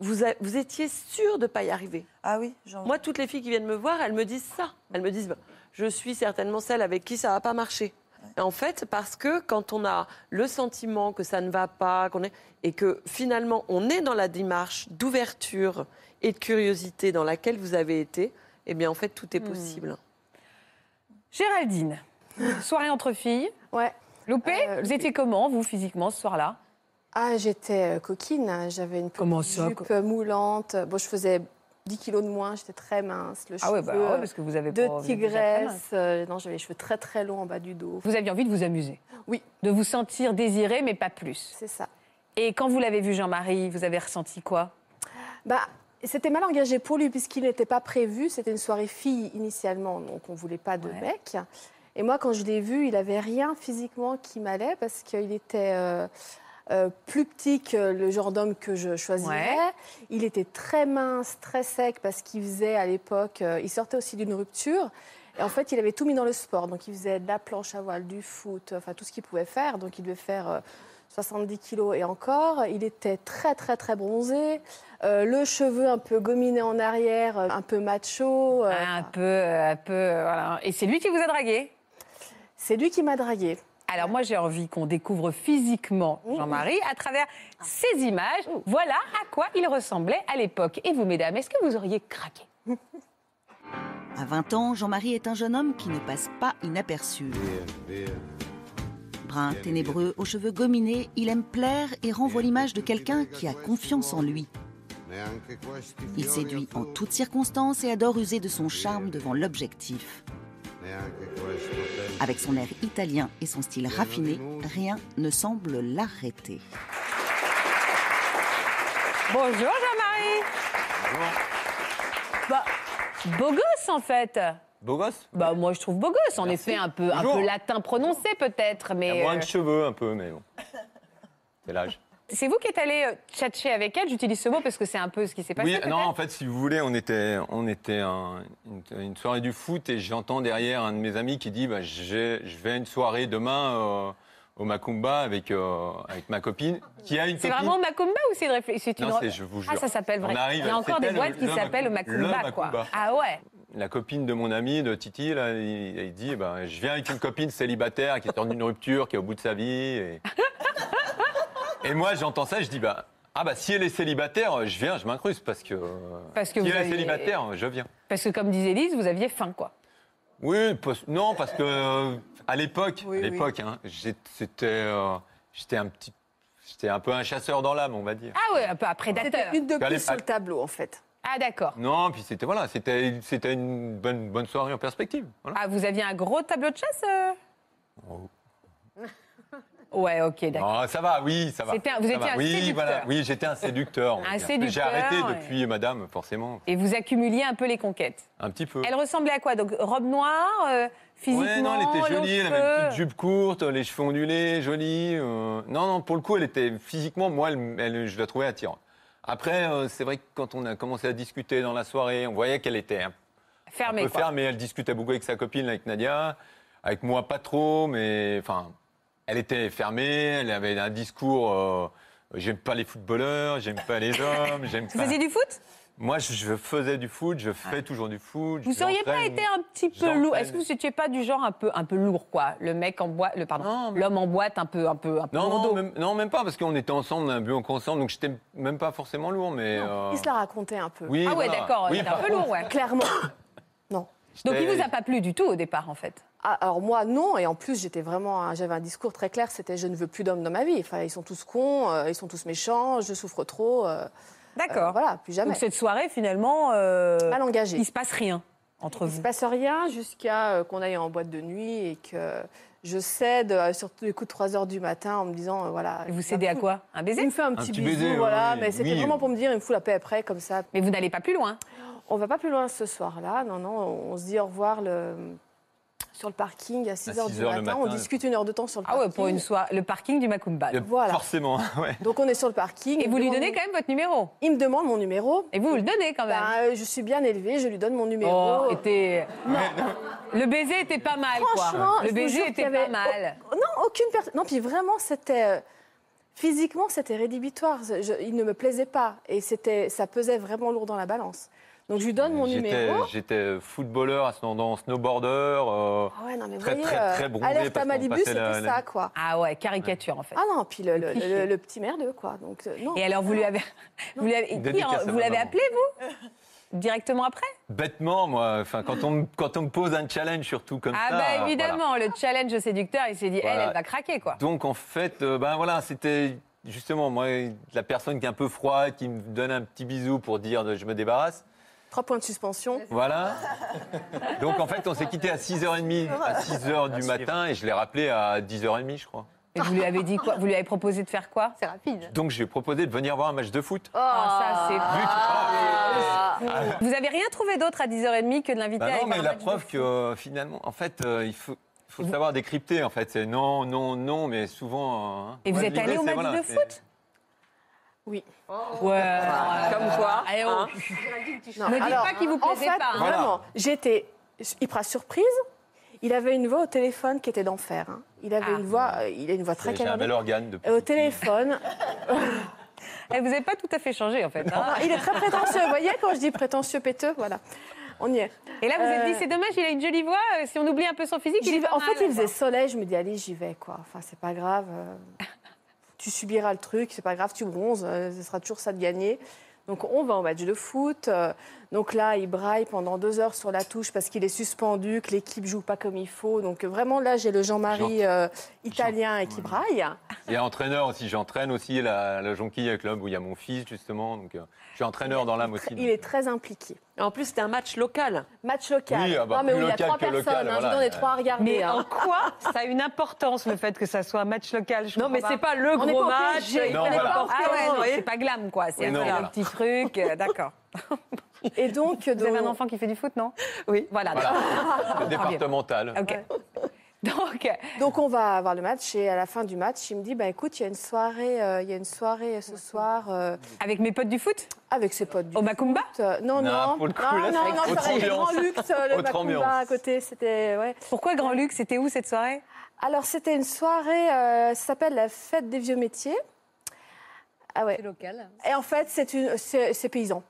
vous, a- vous étiez sûr de ne pas y arriver. Ah oui Moi, toutes les filles qui viennent me voir, elles me disent ça. Elles me disent, bah, je suis certainement celle avec qui ça n'a pas marché. Et En fait, parce que quand on a le sentiment que ça ne va pas, qu'on est, et que finalement on est dans la démarche d'ouverture et de curiosité dans laquelle vous avez été, eh bien en fait tout Hmm. est possible. Géraldine, soirée entre filles. Ouais. Euh, Loupé, vous étiez comment, vous, physiquement, ce soir-là Ah, j'étais euh, coquine. hein. J'avais une petite ça, jupe euh, moulante. Bon, je faisais 10 kilos de moins. J'étais très mince. Le Ah ouais, bah cheveu, ouais, parce que vous avez de pas- vous êtes déjà très mince. tigresse. euh, non, j'avais les cheveux très très longs en bas du dos. Vous aviez envie de vous amuser Oui. De vous sentir désiré, mais pas plus. C'est ça. Et quand vous l'avez vu, Jean-Marie, vous avez ressenti quoi Bah, c'était mal engagé pour lui puisqu'il n'était pas prévu. C'était une soirée fille initialement, donc on voulait pas de mec. Et moi, quand je l'ai vu, il avait rien physiquement qui m'allait parce qu'il était euh, euh, plus petit que le genre d'homme que je choisirais. Ouais. Il était très mince, très sec parce qu'il faisait à l'époque, euh, il sortait aussi d'une rupture. Et en fait, il avait tout mis dans le sport. Donc, il faisait de la planche à voile, du foot, enfin tout ce qu'il pouvait faire. Donc, il devait faire euh, 70 kilos et encore. Il était très, très, très bronzé. Euh, le cheveu un peu gominé en arrière, euh, un peu macho. euh, Un peu, euh, un peu, euh, voilà. Et c'est lui qui vous a dragué C'est lui qui m'a dragué. Alors moi, j'ai envie qu'on découvre physiquement Jean-Marie à travers Ah. ces images. Voilà à quoi il ressemblait à l'époque. Et vous, mesdames, est-ce que vous auriez craqué À 20 ans, Jean-Marie est un jeune homme qui ne passe pas inaperçu. Brun, ténébreux, aux cheveux gominés, il aime plaire et renvoie l'image de quelqu'un qui a confiance en lui. Il séduit en toutes circonstances et adore user de son charme devant l'objectif. Avec son air italien et son style raffiné, rien ne semble l'arrêter. Bonjour Jean-Marie. Bah, beau gosse en fait. Beau gosse Bah moi je trouve beau gosse, en effet un peu, un Bonjour. peu latin prononcé peut-être, Il y mais a moins de euh, cheveux un peu, mais bon. C'est l'âge. c'est vous qui êtes allé euh, tchatcher avec elle. J'utilise ce mot parce que c'est un peu ce qui s'est passé. Oui, peut-être non, en fait, si vous voulez, on était, on était un- une, une soirée du foot et j'entends derrière un de mes amis qui dit bah, j'ai- Je vais à une soirée demain euh, au Macumba avec, euh, avec ma copine qui a une C'est copine. vraiment Macumba ou c'est une réflexion c'est une Non, re- c'est- je vous Ah, jure. ça s'appelle vrai. On arrive, Il y a encore c'était des boîtes le- qui le s'appellent Macumba. Macumba, Le quoi. Macumba. Ah ouais. La copine de mon ami, de Titi, là, il, il dit bah, Je viens avec une copine célibataire qui est en une rupture, qui est au bout de sa vie. Et, et moi, j'entends ça, je dis bah, Ah, bah, si elle est célibataire, je viens, je m'incruste parce que. Parce si que vous elle est aviez- célibataire, je viens. Parce que comme disait Lise, vous aviez faim quoi. Oui, parce- non, parce que euh, à l'époque, à oui. l'époque, hein, j'ai- c'était, euh, j'étais un petit, j'étais un peu un chasseur dans l'âme, on va dire. Ah ouais, un peu un prédateur. Une de Puis à plus sur le l'époque- tableau, en fait. Ah d'accord. Non, puis c'était voilà, c'était, c'était une bonne, bonne soirée en perspective. Voilà. Ah vous aviez un gros tableau de chasse. euh Oh. Ouais, ok, d'accord. Ah, ça va, oui, ça va. C'était un- vous Ça étiez va. un oui, séducteur. Voilà, oui, j'étais un séducteur. on va Un dire. Mais J'ai séducteur, arrêté ouais. depuis Madame, forcément, Et vous accumuliez un peu les conquêtes. un petit peu. Elle ressemblait à quoi Donc robe noire, euh, physiquement. Ouais, non, elle était longs jolie, elle cheveux. avait une petite jupe courte, les cheveux ondulés, jolie. euh, Non, non, pour le coup, elle était physiquement, moi, elle, elle- je la trouvais attirante. Après, euh, c'est vrai que quand on a commencé à discuter dans la soirée, on voyait qu'elle était un Fermée, peu quoi. fermée. Elle discutait beaucoup avec sa copine, avec Nadia, avec moi pas trop, mais enfin, elle était fermée. Elle avait un discours. euh, J'aime pas les footballeurs, j'aime pas les hommes, j'aime Vous pas. faisiez du foot Moi, je- je faisais du foot, je fais toujours du foot. Vous je seriez pas m'entraîne. été un petit peu j'entraîne. lourd Est-ce que vous n'étiez pas du genre un peu un peu lourd quoi Le mec en boîte, le pardon, l'homme en boîte un peu un peu un peu Non, lourdo. non, même, non, même pas, parce qu'on était ensemble, on a bu encore ensemble, donc j'étais même pas forcément lourd, mais. euh, Il se la racontait un peu. Oui, ah ouais, voilà. d'accord, Oui, c'était un par peu contre, lourd, ouais. Clairement. Donc il vous a j'étais- pas plu du tout au départ en fait. Ah, alors moi non et en plus j'étais vraiment un- j'avais un discours très clair c'était je ne veux plus d'hommes dans ma vie enfin ils sont tous cons euh, ils sont tous méchants je souffre trop euh, D'accord. euh, voilà plus jamais Donc cette soirée finalement euh, mal engagé il se passe rien entre il se vous. passe rien jusqu'à euh, qu'on aille en boîte de nuit et que je cède euh, surtout les coups de 3 heures du matin en me disant euh, voilà Et Vous cédez à quoi Un il baiser me fait un petit, bisou, voilà, mais c'était vraiment pour me dire, il me fout la paix après, comme ça. Mais vous n'allez pas plus loin. On va pas plus loin ce soir-là, non, non, on se dit au revoir le... sur le parking à 6 h du 6 heures matin. le on matin. discute une heure de temps sur le Ah ouais, parking. pour une soirée, le parking du Macumba. Le- Voilà. Forcément, ouais. Donc on est sur le parking. Et Il vous me lui demande- donnez quand même votre numéro. Il me demande mon numéro. Et vous, vous le donnez quand même. Ben, euh, je suis bien élevée, je lui donne mon numéro. Oh, était... Le baiser était pas mal, Franchement, quoi. Le je vous jure baiser qu'il y était pas avait- mal. Non, aucune personne. Non, puis vraiment, c'était. euh, Physiquement, c'était rédhibitoire. Je- Il ne me plaisait pas. Et c'était, ça pesait vraiment lourd dans la balance. Donc je lui donne mon J'étais- numéro. J'étais footballeur, ascendant snowboarder. euh, Ah ouais, non, mais très, vous voyez, très, euh, très bronzé alerte parce à qu'on Malibu, passait c'était la- la- ça, quoi. Ah ouais, caricature en fait. Ah non, puis le, le, cliché. le- le petit merdeux, quoi. Donc, euh, non. Et alors, vous lui avez, vous lui avez- Une qui, dédicace hein, à vous ma l'avez maman. appelé, vous Directement après Bêtement, moi, enfin, quand, on, me- quand on me pose un challenge, surtout comme Ah ça. bah euh, voilà. évidemment, le challenge séducteur, il s'est dit, Voilà. elle, elle va craquer quoi. Donc en fait, euh, ben voilà, c'était justement moi la personne qui est un peu froide, qui me donne un petit bisou pour dire de- je me débarrasse. Trois points de suspension. Voilà. Donc en fait, on s'est quitté à 6h30, à 6h du matin et je l'ai rappelé à 10h30, je crois. Et vous lui avez dit quoi Vous lui avez proposé de faire quoi C'est rapide. Donc je lui ai proposé de venir voir un match de foot. Ah, ça c'est Vu que- Ah, Vous avez rien trouvé d'autre à 10h30 que de bah l'inviter à aller non, mais voir un la match de preuve foot que euh, finalement, en fait, euh, il faut, faut savoir décrypter. En fait, c'est non, non, non, mais souvent. euh, hein. Et vous Ouais, êtes l'idée, allé au c'est, match voilà, de c'est- foot Oui. Ouais. Ah, ouais. Comme quoi. euh, Allez, on- hein. Non, Ne dites pas qu'il vous en plaisait fait, pas, hein. Vraiment, j'étais hyper surprise. Il avait une voix au téléphone qui était d'enfer. hein. Il avait Ah. une voix, euh, il a une voix très J'ai un bel canardée. organe de Et Au téléphone, Eh, vous n'avez pas tout à fait changé en fait. hein. il est très prétentieux. Vous voyez quand je dis prétentieux péteux, voilà, on y est. Et là vous vous êtes Euh, dit c'est dommage, il a une jolie voix, euh, si on oublie un peu son physique, il J'y est vais- pas en mal, hein. fait, il faisait quoi. soleil. Je me dis allez, j'y vais quoi. Enfin, c'est pas grave. euh, tu subiras le truc, c'est pas grave. Tu bronzes, euh, ce sera toujours ça de gagner. Donc on va au match de foot. euh, Donc là, il braille pendant deux heures sur la touche parce qu'il est suspendu, que l'équipe joue pas comme il faut. Donc euh, vraiment là, j'ai le Jean-Marie euh, italien et qui braille. Il y a entraîneur aussi, j'entraîne aussi la, la jonquille avec club où il y a mon fils justement. Donc, euh, je suis entraîneur dans l'âme aussi. Il est très impliqué. En plus, c'était un match local. Match local. Oui, ah bah, non, mais plus où il y a local trois que local, personnes. hein, je voilà. euh, vous donne les trois à regarder. Mais hein. en quoi ça a une importance le fait que ça soit un match local je Non, mais comprends c'est pas le On est gros pas au match. PSG, il Non, fallait voilà. pas Ah en ouais, faire, non, vous voyez. c'est pas glam quoi, c'est Oui, non, un voilà. petit truc, euh, d'accord. Et donc, Vous avez un donc- enfant qui fait du foot, non Oui. Voilà. Voilà, le départemental. Ok. Donc, Donc on va avoir le match et à la fin du match, il me dit bah écoute, il y a une soirée, euh, il y a une soirée ce soir euh, avec mes potes du foot avec ses potes du Au Macumba foot. Euh, Non Non, non. pour le coup, non là, non c'est non, autre ça aurait été ambiance. grand luxe euh, le Autre Macumba ambiance. à côté, c'était ouais. Pourquoi Grand Luc C'était où cette soirée Alors c'était une soirée euh, ça s'appelle la fête des vieux métiers. Ah ouais. local. Et en fait, c'est une c'est c'est paysan.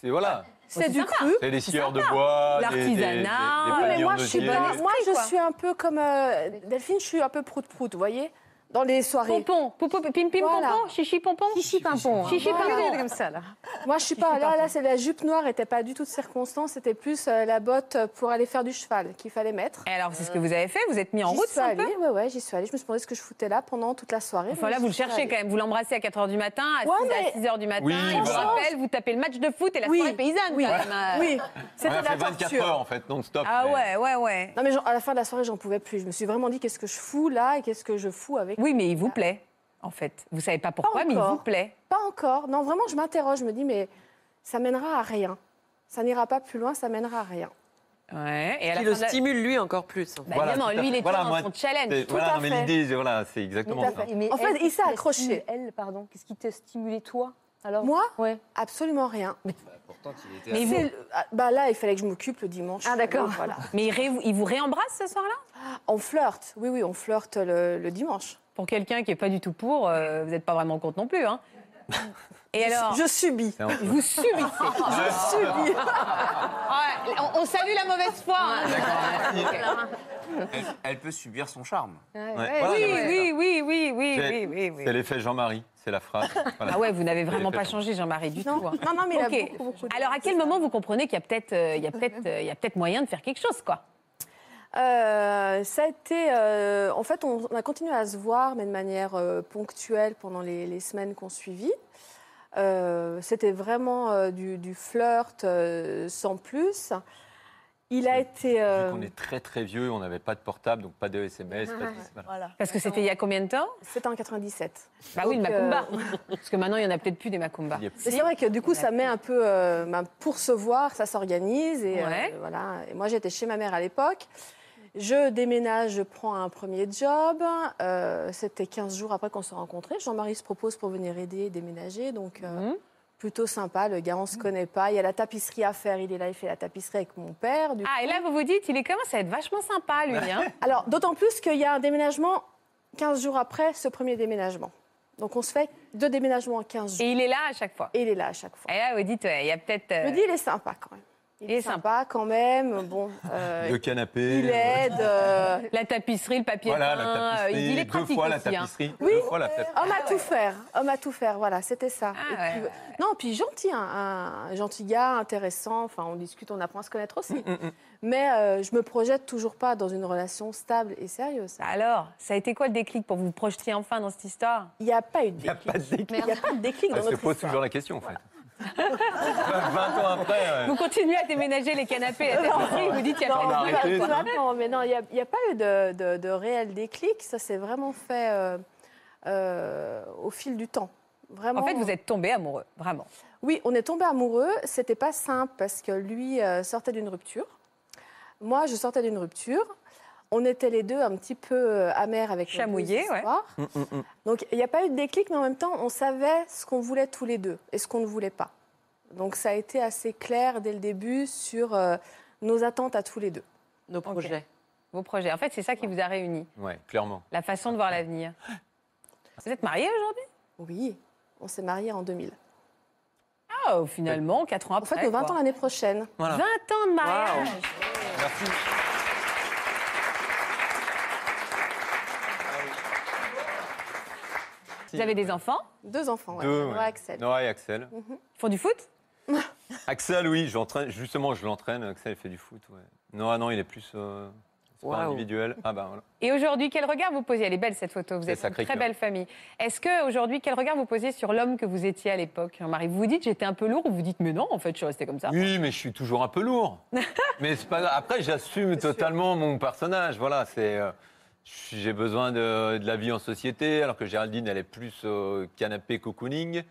C'est voilà. C'est du cru. C'est des scieurs de bois, des- des- des- des L'artisanat. Oui, mais paniers moi, en je suis, osier. pas- moi, je quoi. suis un peu comme euh, Delphine, je suis un peu prout-prout, vous voyez Dans les soirées. Pompon, poupou, pim pim Voilà. pompon, chichi pompon. hein. Chichi pimpon. Chichi pimpon. comme ça là. Moi, je suis pas. Là, là, c'est la jupe noire, était pas du tout de circonstance, c'était plus euh, la botte pour aller faire du cheval qu'il fallait mettre. Euh, Et alors, c'est ce que vous avez fait Vous êtes mis en J'y route suis ça, un peu allée, ouais, ouais, j'y suis allée. Je me suis demandé ce que je foutais là pendant toute la soirée. Enfin mais là, vous j'y le suis cherchez allée. quand même. Vous l'embrassez à 4h du matin, à Ouais, 6h, mais- du matin, Oui, il vous voilà. rappelle, vous tapez le match de foot et la Oui, soirée paysanne oui, quand même, euh. Oui, On c'était a de fait la 24 torture. heures en fait, non-stop. Ah mais- ouais, ouais, ouais. Non, mais genre, à la fin de la soirée, j'en pouvais plus. Je me suis vraiment dit, qu'est-ce que je fous là et qu'est-ce que je fous avec. Oui, mais il vous plaît, en fait. Vous savez pas pourquoi, mais il vous encore. plaît. Pas encore. Non, vraiment, je m'interroge. Je me dis, mais ça mènera à rien. Ça n'ira pas plus loin, ça mènera à rien. Ouais. Et à la Qui fin le de la- stimule lui encore plus. Bah, Voilà, évidemment, tout à lui, il fait. est Voilà, toujours moi, dans son challenge. c'est- Voilà, à non, mais fait. l'idée, c'est- voilà, c'est exactement Tout à ça. fait. En fait, il s'est accroché. Elle, pardon. Qu'est-ce qui t'a stimulé, toi alors Moi Ouais. Absolument rien. Pourtant, il était Mais, C'est vous... le- ah, bah là, il fallait que je m'occupe le dimanche. Ah, d'accord. Donc, Euh, Voilà. mais il, ré- il vous réembrasse ce soir-là On flirte. Oui, oui, on flirte le, le dimanche. Pour quelqu'un qui est pas du tout pour, euh, vous n'êtes pas vraiment contre non plus. Hein. Et alors Je subis. C'est un peu- Vous subissez. Subis. Ouais, on, on salue la mauvaise foi. hein. Elle, elle peut subir son charme. Ouais, voilà, Oui, non, mais- oui, oui, oui, oui, oui, C'est- oui, oui. C'est l'effet Jean-Marie, c'est la phrase. Voilà. Ah ouais, vous n'avez vraiment C'est pas l'effet Jean-Marie. changé, Jean-Marie, du Non, tout. hein. non, non, mais il a Ok. beaucoup, beaucoup de- Alors, à quel moment vous comprenez qu'il y a peut-être euh, il y a peut-être, euh, il y a peut-être moyen de faire quelque chose, quoi Euh, ça a été. euh, en fait, on, on a continué à se voir, mais de manière euh, ponctuelle pendant les, les semaines qu'on suivit. Euh, C'était vraiment euh, du, du flirt euh, sans plus. Il a été. euh, Vu qu'on est très très vieux, on n'avait pas de portable, donc pas de SMS. pas de- voilà. Voilà. Parce que c'était il y a combien de temps C'était en 97. Bah oui, le Donc, euh, Macumba. Parce que maintenant, il y en a peut-être plus des Macumba. Il y a- Mais C'est vrai que du coup, ça met un peu euh, bah, pour se voir, ça s'organise et euh, Ouais. voilà. Et moi, j'étais chez ma mère à l'époque. Je déménage, je prends un premier job. Euh, C'était 15 jours après qu'on s'est rencontrés. Jean-Marie se propose pour venir aider et déménager. Donc, euh, Mhm. plutôt sympa. Le gars, on se connaît pas. Il y a la tapisserie à faire. Il est là, il fait la tapisserie avec mon père. Du Ah, et là, vous vous dites, il est commence à être vachement sympa, lui. Hein alors, d'autant plus qu'il y a un déménagement 15 jours après ce premier déménagement. Donc, on se fait deux déménagements en 15 jours. et il est là à chaque fois. Et il est là à chaque fois. Et là, vous dites, ouais, il y a peut-être. euh, Je me dis, il est sympa quand même. Il, est sympa. quand même. Bon, euh, Le canapé. il euh, aide. euh, La tapisserie, le papier Voilà, peint, la euh, il, tapisserie. il est deux pratique fois la aussi, hein. tapisserie. Oui. Deux fois la tapisserie. Homme à tout faire. Homme à tout faire. Voilà, c'était ça. Ah, Et puis, ouais, ouais, euh, Non, puis gentil, hein, un, un gentil gars, intéressant. Enfin, on discute, on apprend à se connaître aussi. Mm, Mais euh, je me projette toujours pas dans une relation stable et sérieuse. Alors, ça a été quoi le déclic pour vous projeter enfin dans cette histoire Il n'y a pas eu de Il n'y a déclic. pas de déclic. Il n'y a pas de déclic dans Elle se notre pose toujours histoire. la question en fait. 20 ans après. euh, Vous continuez à déménager les canapés, la tapisserie, vous dites, il y a Non, pas de- a arrêté, pas- ça. Ah non, mais non, il n'y a, il y a pas eu de, de- de réel déclic. Ça s'est vraiment fait euh, euh, au fil du temps. Vraiment. euh, En fait, vous êtes tombé amoureux, vraiment. Oui, on est tombés amoureux. C'était pas simple parce que lui euh, sortait d'une rupture. Moi, je sortais d'une rupture. On était les deux un petit peu euh, amers avec nos deux Chamouillés, ouais. histoires. Hmm, Donc, il n'y a pas eu de déclic, mais en même temps, on savait ce qu'on voulait tous les deux et ce qu'on ne voulait pas. Donc, ça a été assez clair dès le début sur euh, nos attentes à tous les deux. Nos projets. Vos projets. En fait, c'est ça qui vous a réuni, Ouais, clairement. la façon de voir l'avenir. Vous êtes mariés aujourd'hui Oui, on s'est mariés en 2000. Ah, oh, finalement, 4 ans En après. fait, nos 20 ans quoi. l'année prochaine. 20 ans de mariage Merci. Vous avez des enfants Deux enfants, ouais. Deux, Nora ouais. et Axel. Nora et Axel. Mhm. Ils font du foot Axel, oui, j'entraîne. Justement, je l'entraîne. Axel, il fait du foot. Ouais. Nora, non, il est plus euh, sport Waouh. individuel. Ah bah voilà. Et aujourd'hui, quel regard vous posiez Elle est belle cette photo, vous C'est êtes une sacré très cœur. belle famille. Est-ce que aujourd'hui, quel regard vous posiez sur l'homme que vous étiez à l'époque, Jean-Marie Vous vous dites j'étais un peu lourd ou vous dites mais non, en fait, je suis resté comme ça Oui, mais je suis toujours un peu lourd. mais c'est pas grave. après, j'assume totalement mon personnage. Voilà, c'est. euh, j'ai besoin de, de la vie en société, alors que Géraldine, elle est plus euh, canapé cocooning.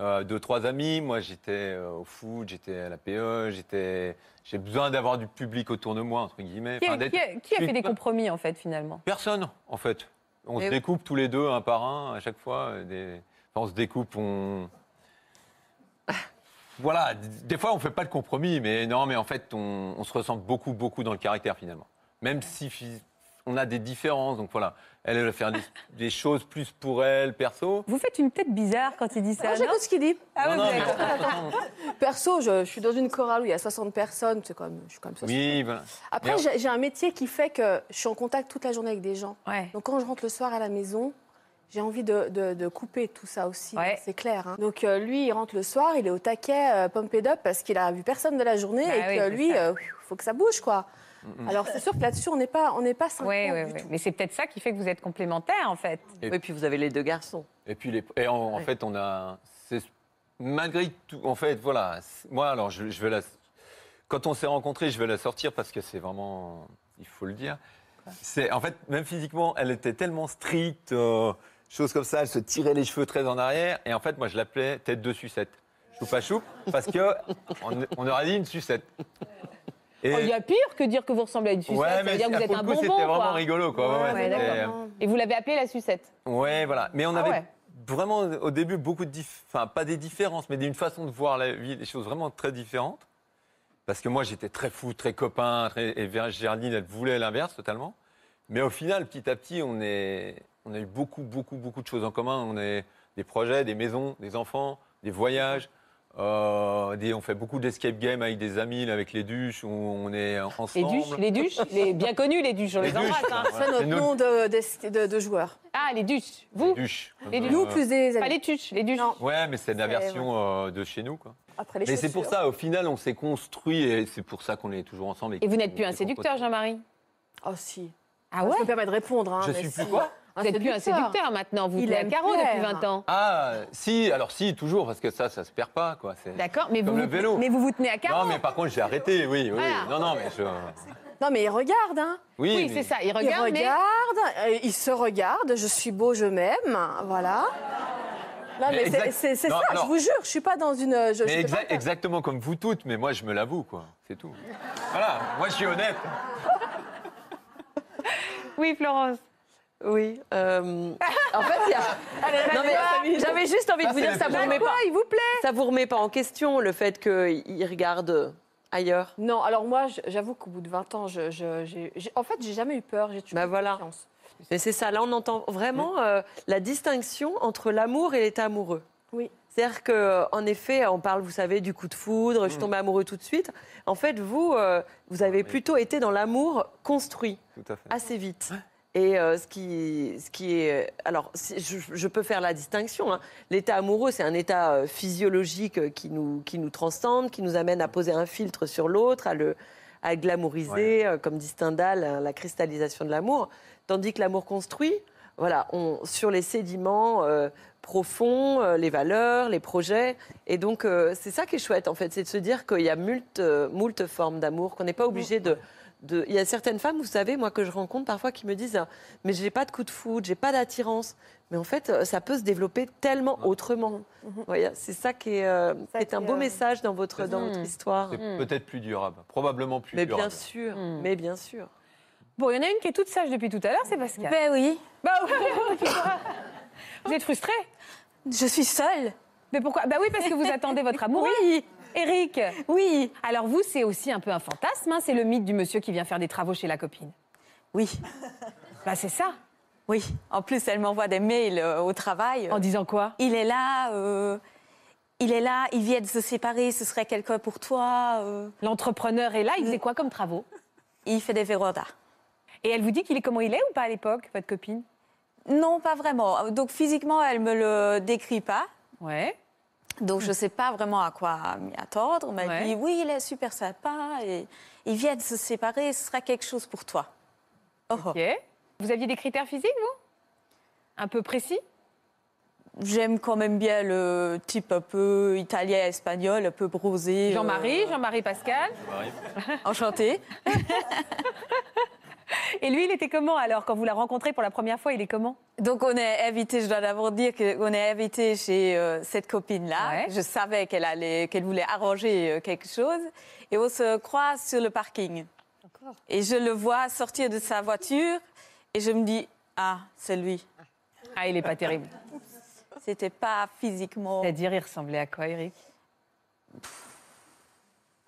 euh, deux, trois amis. Moi, j'étais euh, au foot, j'étais à la PE, j'étais. J'ai besoin d'avoir du public autour de moi, entre guillemets. Qui a, Enfin, d'être- qui a- qui a je suis fait des pas- compromis, en fait, finalement Personne, en fait. On Eh Mais se oui. découpe tous les deux, un par un, à chaque fois. euh, Des... enfin, on se découpe, on. Voilà, d- des fois on fait pas de compromis, mais non, mais en fait on, on se ressemble beaucoup, beaucoup dans le caractère finalement. Même si phys- on a des différences, donc voilà, elle elle va faire des, des choses plus pour elle, perso. Vous faites une tête bizarre quand il dit ça. Moi, non j'écoute ce qu'il dit. Ah ouais, Non, non, vous mais avez- on- Perso, je, je suis dans une chorale où il y a 60 personnes. C'est quand même, je suis quand même 60. oui, voilà. Après, Mais- j'ai j'ai un métier qui fait que je suis en contact toute la journée avec des gens. Ouais. Donc quand je rentre le soir à la maison, j'ai envie de, de- de couper tout ça aussi, Ouais. hein, c'est clair. hein. Donc euh, lui, il rentre le soir, il est au taquet, euh, pumped up, parce qu'il a vu personne de la journée Bah et oui, que c'est lui, ça. euh, faut que ça bouge, quoi. Alors c'est sûr que là-dessus, on n'est pas, on n'est pas synchro Ouais, ouais, du ouais. tout. Mais c'est peut-être ça qui fait que vous êtes complémentaires, en fait. Et- Oui, puis vous avez les deux garçons. Et puis les, et en, en Ouais. fait, on a c'est- malgré tout. En fait, voilà. c'est- Moi, alors, je, je vais la. Quand on s'est rencontrés, je vais la sortir parce que c'est vraiment, il faut le dire. C'est en fait même physiquement, elle était tellement stricte, euh, choses comme ça. Elle se tirait les cheveux très en arrière. Et en fait, moi, je l'appelais tête de sucette, choupa choup, parce que on, on aurait dit une sucette. Oh, Et- Oh, Il y a pire que dire que vous ressemblez à une sucette. ça veut dire que à vous êtes ah, pour un le coup, bonbon, C'était vraiment quoi. rigolo, quoi. Ouais, ouais, ouais, c'était- d'accord. Et vous l'avez appelée la sucette. Ouais, voilà. Mais on Ah avait ouais. vraiment au début beaucoup de, dif- enfin pas des différences, mais d'une façon de voir la vie, des choses vraiment très différentes. Parce que moi, j'étais très fou, très copain, très... et Vé- Géraldine, elle voulait l'inverse totalement. Mais au final, petit à petit, on est, on a eu beaucoup, beaucoup, beaucoup de choses en commun. On a des projets, des maisons, des enfants, des voyages. euh, des- on fait beaucoup d'escape game avec des amis, là, avec les duches, où on est Les ensemble. duches, les duches, les bien connus, les duches, on les, Les duches, embrasse. hein. voilà. C'est notre C'est notre- nom de, de- de- de joueurs. Ah, les duches. Vous Duches. Les duches. Nous, Euh, plus des Pas amis. les tuches, les duches. Ouais, mais c'est de la version euh, de chez nous, quoi. Après les Mais c'est pour chaussures. ça, au final, on s'est construit et c'est pour ça qu'on est toujours ensemble. Et vous qu'on- n'êtes plus un qu'on- séducteur, Jean-Marie Oh si. Ah Je ouais me permets de répondre. hein, Je mais suis plus si. quoi Un Vous n'êtes plus un séducteur maintenant, vous Il êtes à aime carreau depuis plaire. 20 ans. Ah, si, alors si, toujours, parce que ça, ça se perd pas, quoi. c'est- D'accord, mais Comme vous, le vous, vélo. mais vous vous tenez à carreau. Non, mais par contre, j'ai arrêté, oui, oui. Voilà. Non, non, mais je... Non mais il regarde, hein. Oui, Oui, mais- c'est ça, il Il regarde, regarde, mais... euh, il se regarde, je suis beau, je m'aime, voilà. Non, Mais mais, exact- c'est- c'est c'est non, ça, alors- je vous jure, je suis pas dans une. Je, je Mais fais exa- pas- exactement comme vous toutes, mais moi, je me l'avoue, quoi. C'est tout. voilà, moi, je suis honnête. Oui, Florence. Oui. euh, en fait, il y a. Non, mais j'avais juste Ah, envie de vous dire, ça vous remet pas. il vous plaît Ça vous remet pas en question le fait qu'il regarde ailleurs. Non, alors moi, je- j'avoue qu'au bout de 20 ans, je, je- j'ai- j'ai- en fait, j'ai jamais eu peur, j'ai toujours Bah eu voilà. confiance. Mais c'est ça, là on entend vraiment euh, la distinction entre l'amour et l'état amoureux. Oui. C'est-à-dire qu'en effet, on parle, vous savez, du coup de foudre, je Mm. suis tombé amoureux tout de suite. En fait, vous, euh, vous avez Oui. plutôt été dans l'amour construit Tout à fait. assez vite. Et euh, ce, qui, ce qui est. Alors, si- je, je peux faire la distinction. hein. L'état amoureux, c'est un état euh, physiologique euh, qui nous, qui nous transcende, qui nous amène à poser un filtre sur l'autre, à le à le glamouriser, euh, comme dit Stendhal, hein, la cristallisation de l'amour. Tandis que l'amour construit, voilà, on, sur les sédiments euh, profonds, euh, les valeurs, les projets. Et donc, euh, c'est ça qui est chouette, en fait, c'est de se dire qu'il y a moult, euh, moult formes d'amour, qu'on n'est pas obligé de, de- Il y a certaines femmes, vous savez, moi, que je rencontre parfois, qui me disent ah, Mais j'ai pas de coup de foudre, j'ai pas d'attirance. Mais en fait, euh, ça peut se développer tellement autrement. Voilà, c'est ça qui est, euh, Mhm. Ça qui est un qui, beau euh, Mm. message dans votre, dans votre Ah. histoire. C'est peut-être plus durable, probablement plus hein. Mais durable. bien sûr, Mm. mais bien sûr. Bon, il y en a une qui est toute sage depuis tout à l'heure, c'est Pascal. Ben oui, Bah oui, Vous êtes frustré je suis seule. Mais pourquoi Bah oui, parce que vous attendez votre amoureux. Oui, Eric, oui, alors vous, c'est aussi un peu un fantasme, hein, c'est le mythe du monsieur qui vient faire des travaux chez la copine. oui, Bah c'est ça, oui. En plus, elle m'envoie des mails euh, au travail. en disant quoi Il est là, euh, il est là, il vient de se séparer, ce serait quelqu'un pour toi. euh. L'entrepreneur est là, il faisait quoi comme travaux il fait des vérandas. Et elle vous dit qu'il est comment il est ou pas à l'époque, votre copine Non, pas vraiment. Donc physiquement, elle me le décrit pas. Ouais. Donc je ne sais pas vraiment à quoi m'y attendre. Mais Ouais. elle dit oui, il est super sympa et il vient de se séparer, ce sera quelque chose pour toi. Oh, oh. Ok. Vous aviez des critères physiques, vous Un peu précis J'aime quand même bien le type un peu italien, espagnol, un peu euh, brosé. euh, Jean-Marie, Jean-Marie Pascal. Enchanté. Et Et lui, il était comment alors quand vous la rencontrez pour la première fois Il est comment Donc on est invité, je dois d'abord dire qu'on est invité chez euh, cette copine-là. Ouais. Je savais qu'elle allait, qu'elle voulait arranger euh, quelque chose. Et on se croise sur le parking. Et je le vois sortir de sa voiture et je me dis, ah, c'est lui. Ah, il est pas terrible. C'était pas physiquement. C'est-à-dire, il ressemblait à quoi, Eric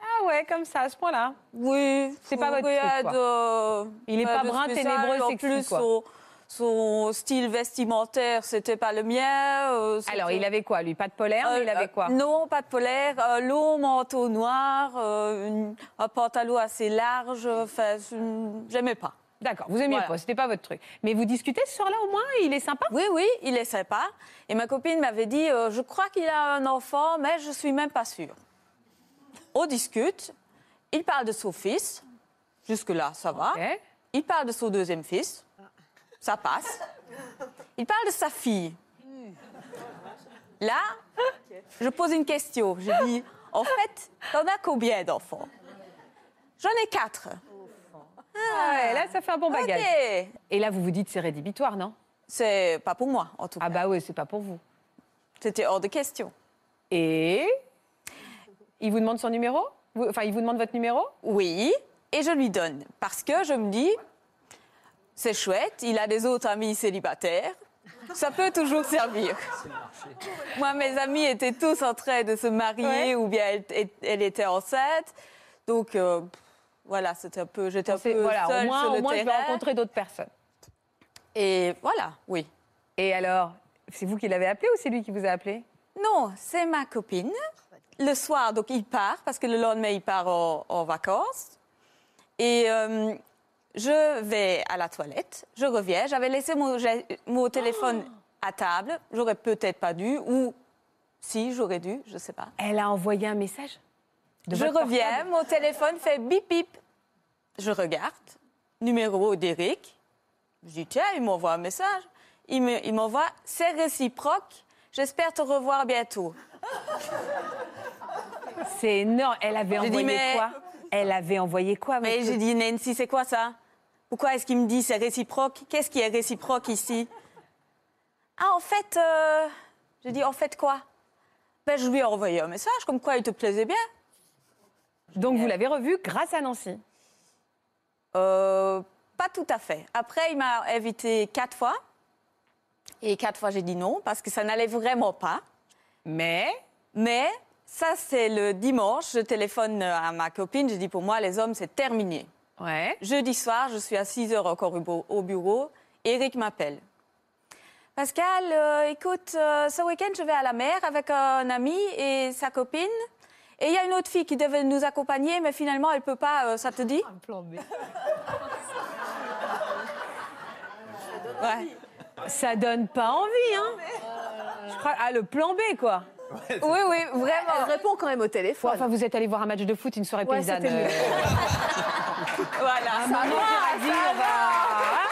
Ah ouais, comme ça, à ce point-là. Oui, C'est pas votre truc, regarde, quoi. euh, Il est pas de brun, spécial. ténébreux, En sexy, plus, quoi. son, son style vestimentaire, c'était pas le mien. euh, c'était- Alors, il avait quoi, lui Pas de polaire, mais Euh, il avait quoi euh, Non, pas de polaire, euh, long manteau noir, euh, une- un pantalon assez large. Enfin, c'est- j'aimais pas. D'accord, vous aimiez Voilà. pas, c'était pas votre truc. Mais vous discutez ce soir-là au moins Il est sympa Oui, oui, il est sympa. Et ma copine m'avait dit, euh, je crois qu'il a un enfant, mais je suis même pas sûre. On discute. Il parle de son fils. Jusque-là, ça va. Ok. Il parle de son deuxième fils. Ça passe. Il parle de sa fille. Là, je pose une question. Je dis, en fait, t'en as combien d'enfants J'en ai quatre. Ah ouais, là, ça fait un bon bagage. Ok. Et là, vous vous dites c'est rédhibitoire, non C'est pas pour moi, en tout cas. Ah bah oui, c'est pas pour vous. C'était hors de question. Et il vous demande son numéro Vous- Enfin, il vous demande votre numéro Oui, et je lui donne. Parce que je me dis, c'est chouette, il a des autres amis célibataires. Ça peut toujours servir. Moi, mes amis étaient tous en train de se marier ou bien elle, elle- elle était enceinte. Donc, euh, voilà, c'était un peu, j'étais un C'est- peu Voilà, seule au moins, Euh, sur le au moins je vais terrain. rencontrer d'autres personnes. Et voilà, oui. Et alors, c'est vous qui l'avez appelé ou c'est lui qui vous a appelé Non, c'est ma copine. Le soir, donc il part, parce que le lendemain, il part en, en vacances. Et euh, je vais à la toilette, je reviens. J'avais laissé mon, j'ai- mon téléphone Ah à table. J'aurais peut-être pas dû, ou si, j'aurais dû, je sais pas. Elle a envoyé un message de je votre reviens, portable mon téléphone fait bip bip. Je regarde, numéro d'Eric. Je dis, tiens, il m'envoie un message. Il me- il m'envoie, c'est réciproque, j'espère te revoir bientôt. C'est énorme. Elle avait J'ai dit, envoyé mais- quoi Elle avait envoyé quoi Mais votre- j'ai dit, Nancy, c'est quoi ça Pourquoi est-ce qu'il me dit c'est réciproque Qu'est-ce qui est réciproque ici Ah, en fait, euh, j'ai dit, en fait quoi ben, Je lui ai envoyé un message comme quoi il te plaisait bien. Donc vous l'avez revu grâce à Nancy. Euh, pas tout à fait. Après, il m'a invité quatre fois. Et quatre fois, j'ai dit non parce que ça n'allait vraiment pas. Mais Mais ça, c'est le dimanche. Je téléphone euh, à ma copine. Je dis, pour moi, les hommes, c'est terminé. ouais. Jeudi soir, je suis à 6 heures encore au bu- au bureau. Eric m'appelle. Pascal, euh, écoute, euh, ce week-end, je vais à la mer avec euh, un ami et sa copine. Et il y a une autre fille qui devait nous accompagner, mais finalement, elle peut pas. euh, ça te dit Ah, Ouais. Ça donne pas envie, hein Je crois- Ah, le plan B, quoi. Oui, oui, vraiment. Elle répond quand même au Ouais, téléphone. enfin, vous êtes allé voir un match de foot, une soirée Ouais, paysanne. c'était mieux. euh, Voilà. maman qui a dit, ah, on va-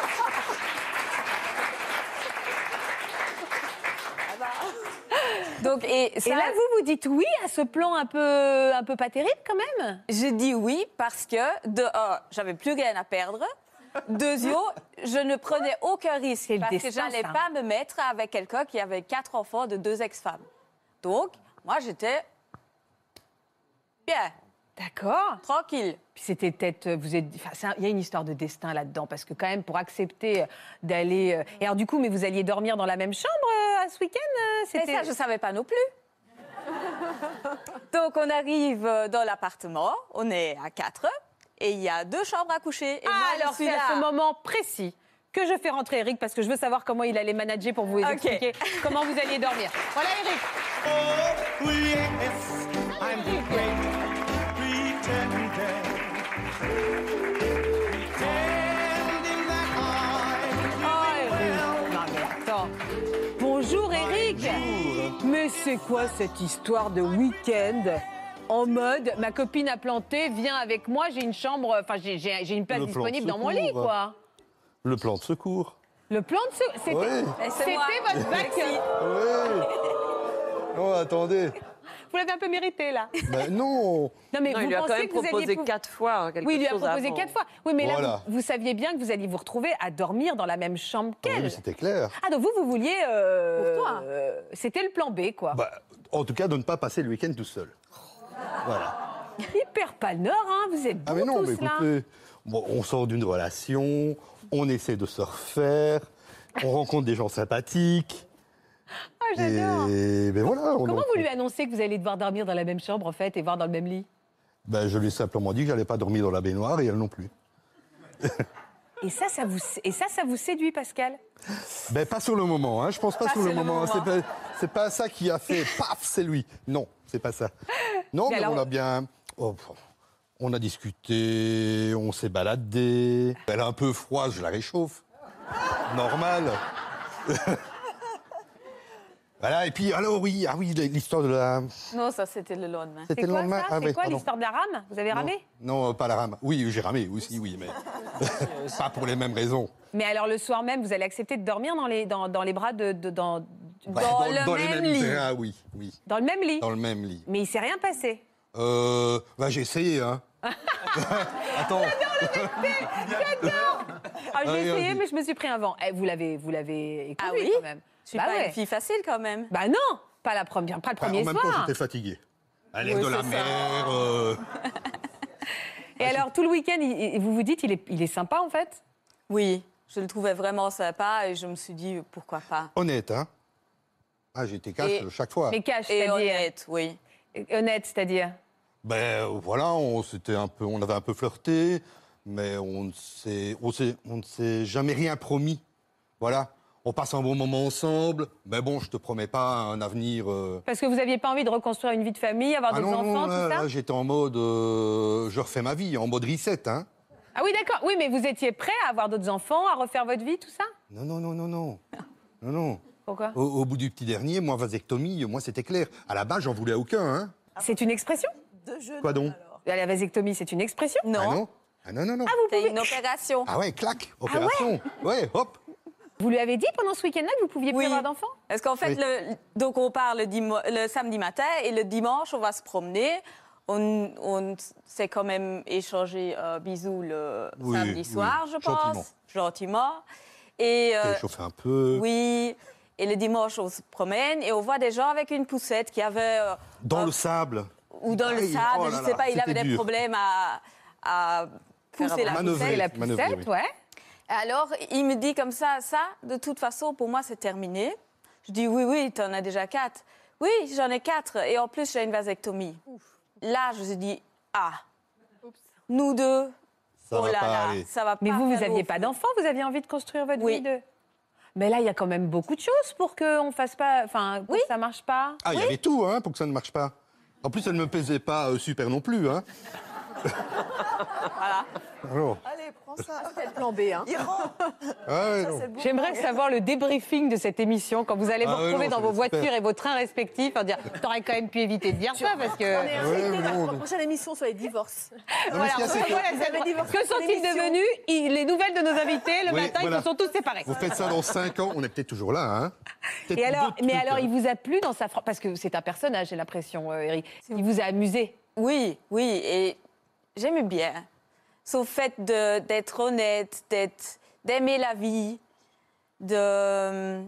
Donc, et, ça, Et là, vous vous dites oui à ce plan un peu, un peu pas terrible, quand même J'ai dit oui parce que, de un, j'avais plus rien à perdre. Deuxièmement, je ne prenais aucun risque C'est le parce que destin, j'allais ça. pas me mettre avec quelqu'un qui avait quatre enfants de deux ex-femmes. Donc, moi, j'étais bien, D'accord. tranquille. Puis c'était peut-être, euh, vous êtes, enfin, c'est un- il y a une histoire de destin là-dedans, parce que quand même, pour accepter euh, d'aller. euh, Et alors du coup, mais vous alliez dormir dans la même chambre euh, à ce week-end euh, Et ça, je savais pas non plus. Donc, on arrive euh, dans l'appartement, on est à quatre, et il y a deux chambres à coucher. Et moi, Ah, je alors suis c'est à là. ce moment précis que je fais rentrer Eric parce que je veux savoir comment il allait manager pour vous Ok. expliquer comment vous alliez dormir. Voilà Eric. Oh, Eric. Non, mais attends. Bonjour Eric. Mais c'est quoi cette histoire de week-end en mode ma copine a planté, viens avec moi, j'ai une chambre, enfin j'ai- j'ai j'ai une place Le plan de disponible dans mon lit secours. quoi. Le plan de secours. Le plan de secours, c'était Oui. c'était moi. votre bac. Oui. Oh, attendez. Vous l'avez un peu mérité, là. Ben non Non, mais Non, il vous lui a quand pensez même que vous alliez proposé pouvoir- quatre fois hein, quelque Oui, il lui a chose proposé avant. quatre fois. Oui, mais là, Voilà. Ah vous, vous saviez bien que vous alliez vous retrouver à dormir dans la même chambre Oui, qu'elle. mais c'était clair. Ah, donc vous, vous vouliez. euh, Pour toi. euh, C'était le plan B, quoi. Bah, en tout cas, de ne pas passer le week-end tout seul. Voilà. Hyper pas le nord, hein, vous êtes bons Ah mais non, tous, mais là. écoutez, bon, on sort d'une relation, on essaie de se refaire, on rencontre des gens sympathiques. Ah, j'adore. Et ben voilà. on Comment en- vous lui annoncez que vous allez devoir dormir dans la même chambre, en fait, et voir dans le même lit Ben, je lui ai simplement dit que j'allais pas dormir dans la baignoire et elle non plus. et ça, ça vous, et ça, ça vous séduit, Pascal Ben pas sur le moment, hein. Je pense pas, sur le moment. hein. C'est pas, c'est pas ça qui a fait paf, c'est lui. Non, c'est pas ça. Non, Mais mais, alors- on a bien, oh, pff, on a discuté, on s'est baladé. Elle a un peu froid, je la réchauffe. Normal. voilà. Et puis alors oui, ah oui, l'histoire de la. Non, ça, c'était le lendemain. C'est C'était le quoi lendemain. ça Ah C'est oui, quoi pardon. l'histoire de la rame Vous avez ramé Non, pas la rame. Oui, j'ai ramé aussi, oui, mais pas pour les mêmes raisons. Mais alors le soir même, vous allez accepter de dormir dans les, dans, dans les bras de, de- dans, Bah, dans le les même mêmes lit. draps, oui, oui, Dans le même lit. dans le même lit. Mais il s'est rien passé. Euh, bah, j'ai essayé, hein. Attends. Ah, j'ai Ah, oui, essayé, oui. mais je me suis pris un vent. Eh, vous l'avez, vous l'avez éconduit Ah oui quand même. Je suis Bah pas ouais. une fille facile quand même. Bah non, pas la première, pas le Enfin, premier Bah, en même temps, soir. j'étais fatigué. À l'air Oui, de la c'est ça. mer. euh, Et alors tout le week-end, il- il- vous vous dites, il est, il est sympa en fait. Oui, je le trouvais vraiment sympa et je me suis dit pourquoi pas. honnête, hein. Ah, j'étais cash Et- chaque fois. Mais cash, Et c'est-à-dire honnête, oui. Euh, honnête, c'est-à-dire. Ben voilà, on s'était un peu, on avait un peu flirté, mais on ne s'est, on s'est- on ne s'est jamais rien promis. Voilà. On passe un bon moment ensemble, mais bon, je te promets pas un avenir. euh, Parce que vous aviez pas envie de reconstruire une vie de famille, avoir Ah des non, non, enfants, là, tout ça. là, j'étais en mode, euh, je refais ma vie, en mode reset, hein. Ah oui, d'accord. Oui, mais vous étiez prêt à avoir d'autres enfants, à refaire votre vie, tout ça Non, non, non, non, non. Non, non. Pourquoi Au, au bout du petit dernier, moi, vasectomie, moi, c'était clair. À la base, j'en voulais à aucun, hein. C'est une expression. Deux jeux Quoi donc La vasectomie, c'est une expression. Non, Ah non Ah non, non, non. Ah, c'était une opération. ouais, clac, opération. ouais, hop. Ah, Vous lui avez dit pendant ce week-end-là que vous pouviez plus Oui. avoir d'enfants Parce qu'en fait, Oui. le- donc on part le, dimo- le samedi matin et le dimanche, on va se promener. On, on s'est quand même échangé euh, bisous le Oui, samedi oui, soir, je pense. gentiment. Gentiment. Et, euh, J'ai chauffé un peu. oui, et le dimanche, on se promène et on voit des gens avec une poussette qui avait... euh, Dans euh, le sable. ou dans le Aïe, sable, oh je là ne sais là, pas, il avait c'était des dur. problèmes à, à pousser la Manœuvrer. poussette. la manœuvrer, poussette, oui. ouais. Alors, il me dit comme ça, ça, de toute façon, pour moi, c'est terminé. Je dis, oui, oui, tu en as déjà quatre. Oui, j'en ai quatre. Et en plus, j'ai une vasectomie. Là, je me suis dit, ah, nous deux, Ça oh va là pas là, aller. ça va pas. Mais vous, vous faire n'aviez long. pas d'enfants, vous aviez envie de construire votre Oui. vie de... Mais là, il y a quand même beaucoup de choses pour qu'on fasse pas... Enfin, pour que ça marche pas. Ah, il y avait tout, hein, pour que ça ne marche pas. En plus, elle ne me pesait pas euh, super non plus, hein. voilà. Alors, Allez, prends ça. C'est le plan B. Hein. Il rentre. ah ouais, Ça, non. c'est le bon J'aimerais plan. savoir le débriefing de cette émission quand vous allez vous Ah ouais, retrouver non, ça dans vos va être super. voitures et vos trains respectifs en dire t'aurais quand même pu éviter de dire ça parce On est que invité mais dans bon, la mais- prochaine émission sur les divorces. Non, mais ce qu'il y a, c'est que Voilà, c'est- Vous avez divorcé que sur sont-ils l'émission. devenus Ils- Les nouvelles de nos invités le Oui, matin, ils voilà. se sont tous séparés. vous faites ça dans 5 ans, on est peut-être toujours là, hein. Peut-être Et alors, d'autres mais trucs, alors, hein. il vous a plu dans sa... fra- Parce que c'est un personnage, j'ai l'impression, euh, Eric. Il vous a amusé. Oui, oui, et j'aimais bien. Sauf fait de- d'être honnête, d'être- d'aimer la vie, de... euh,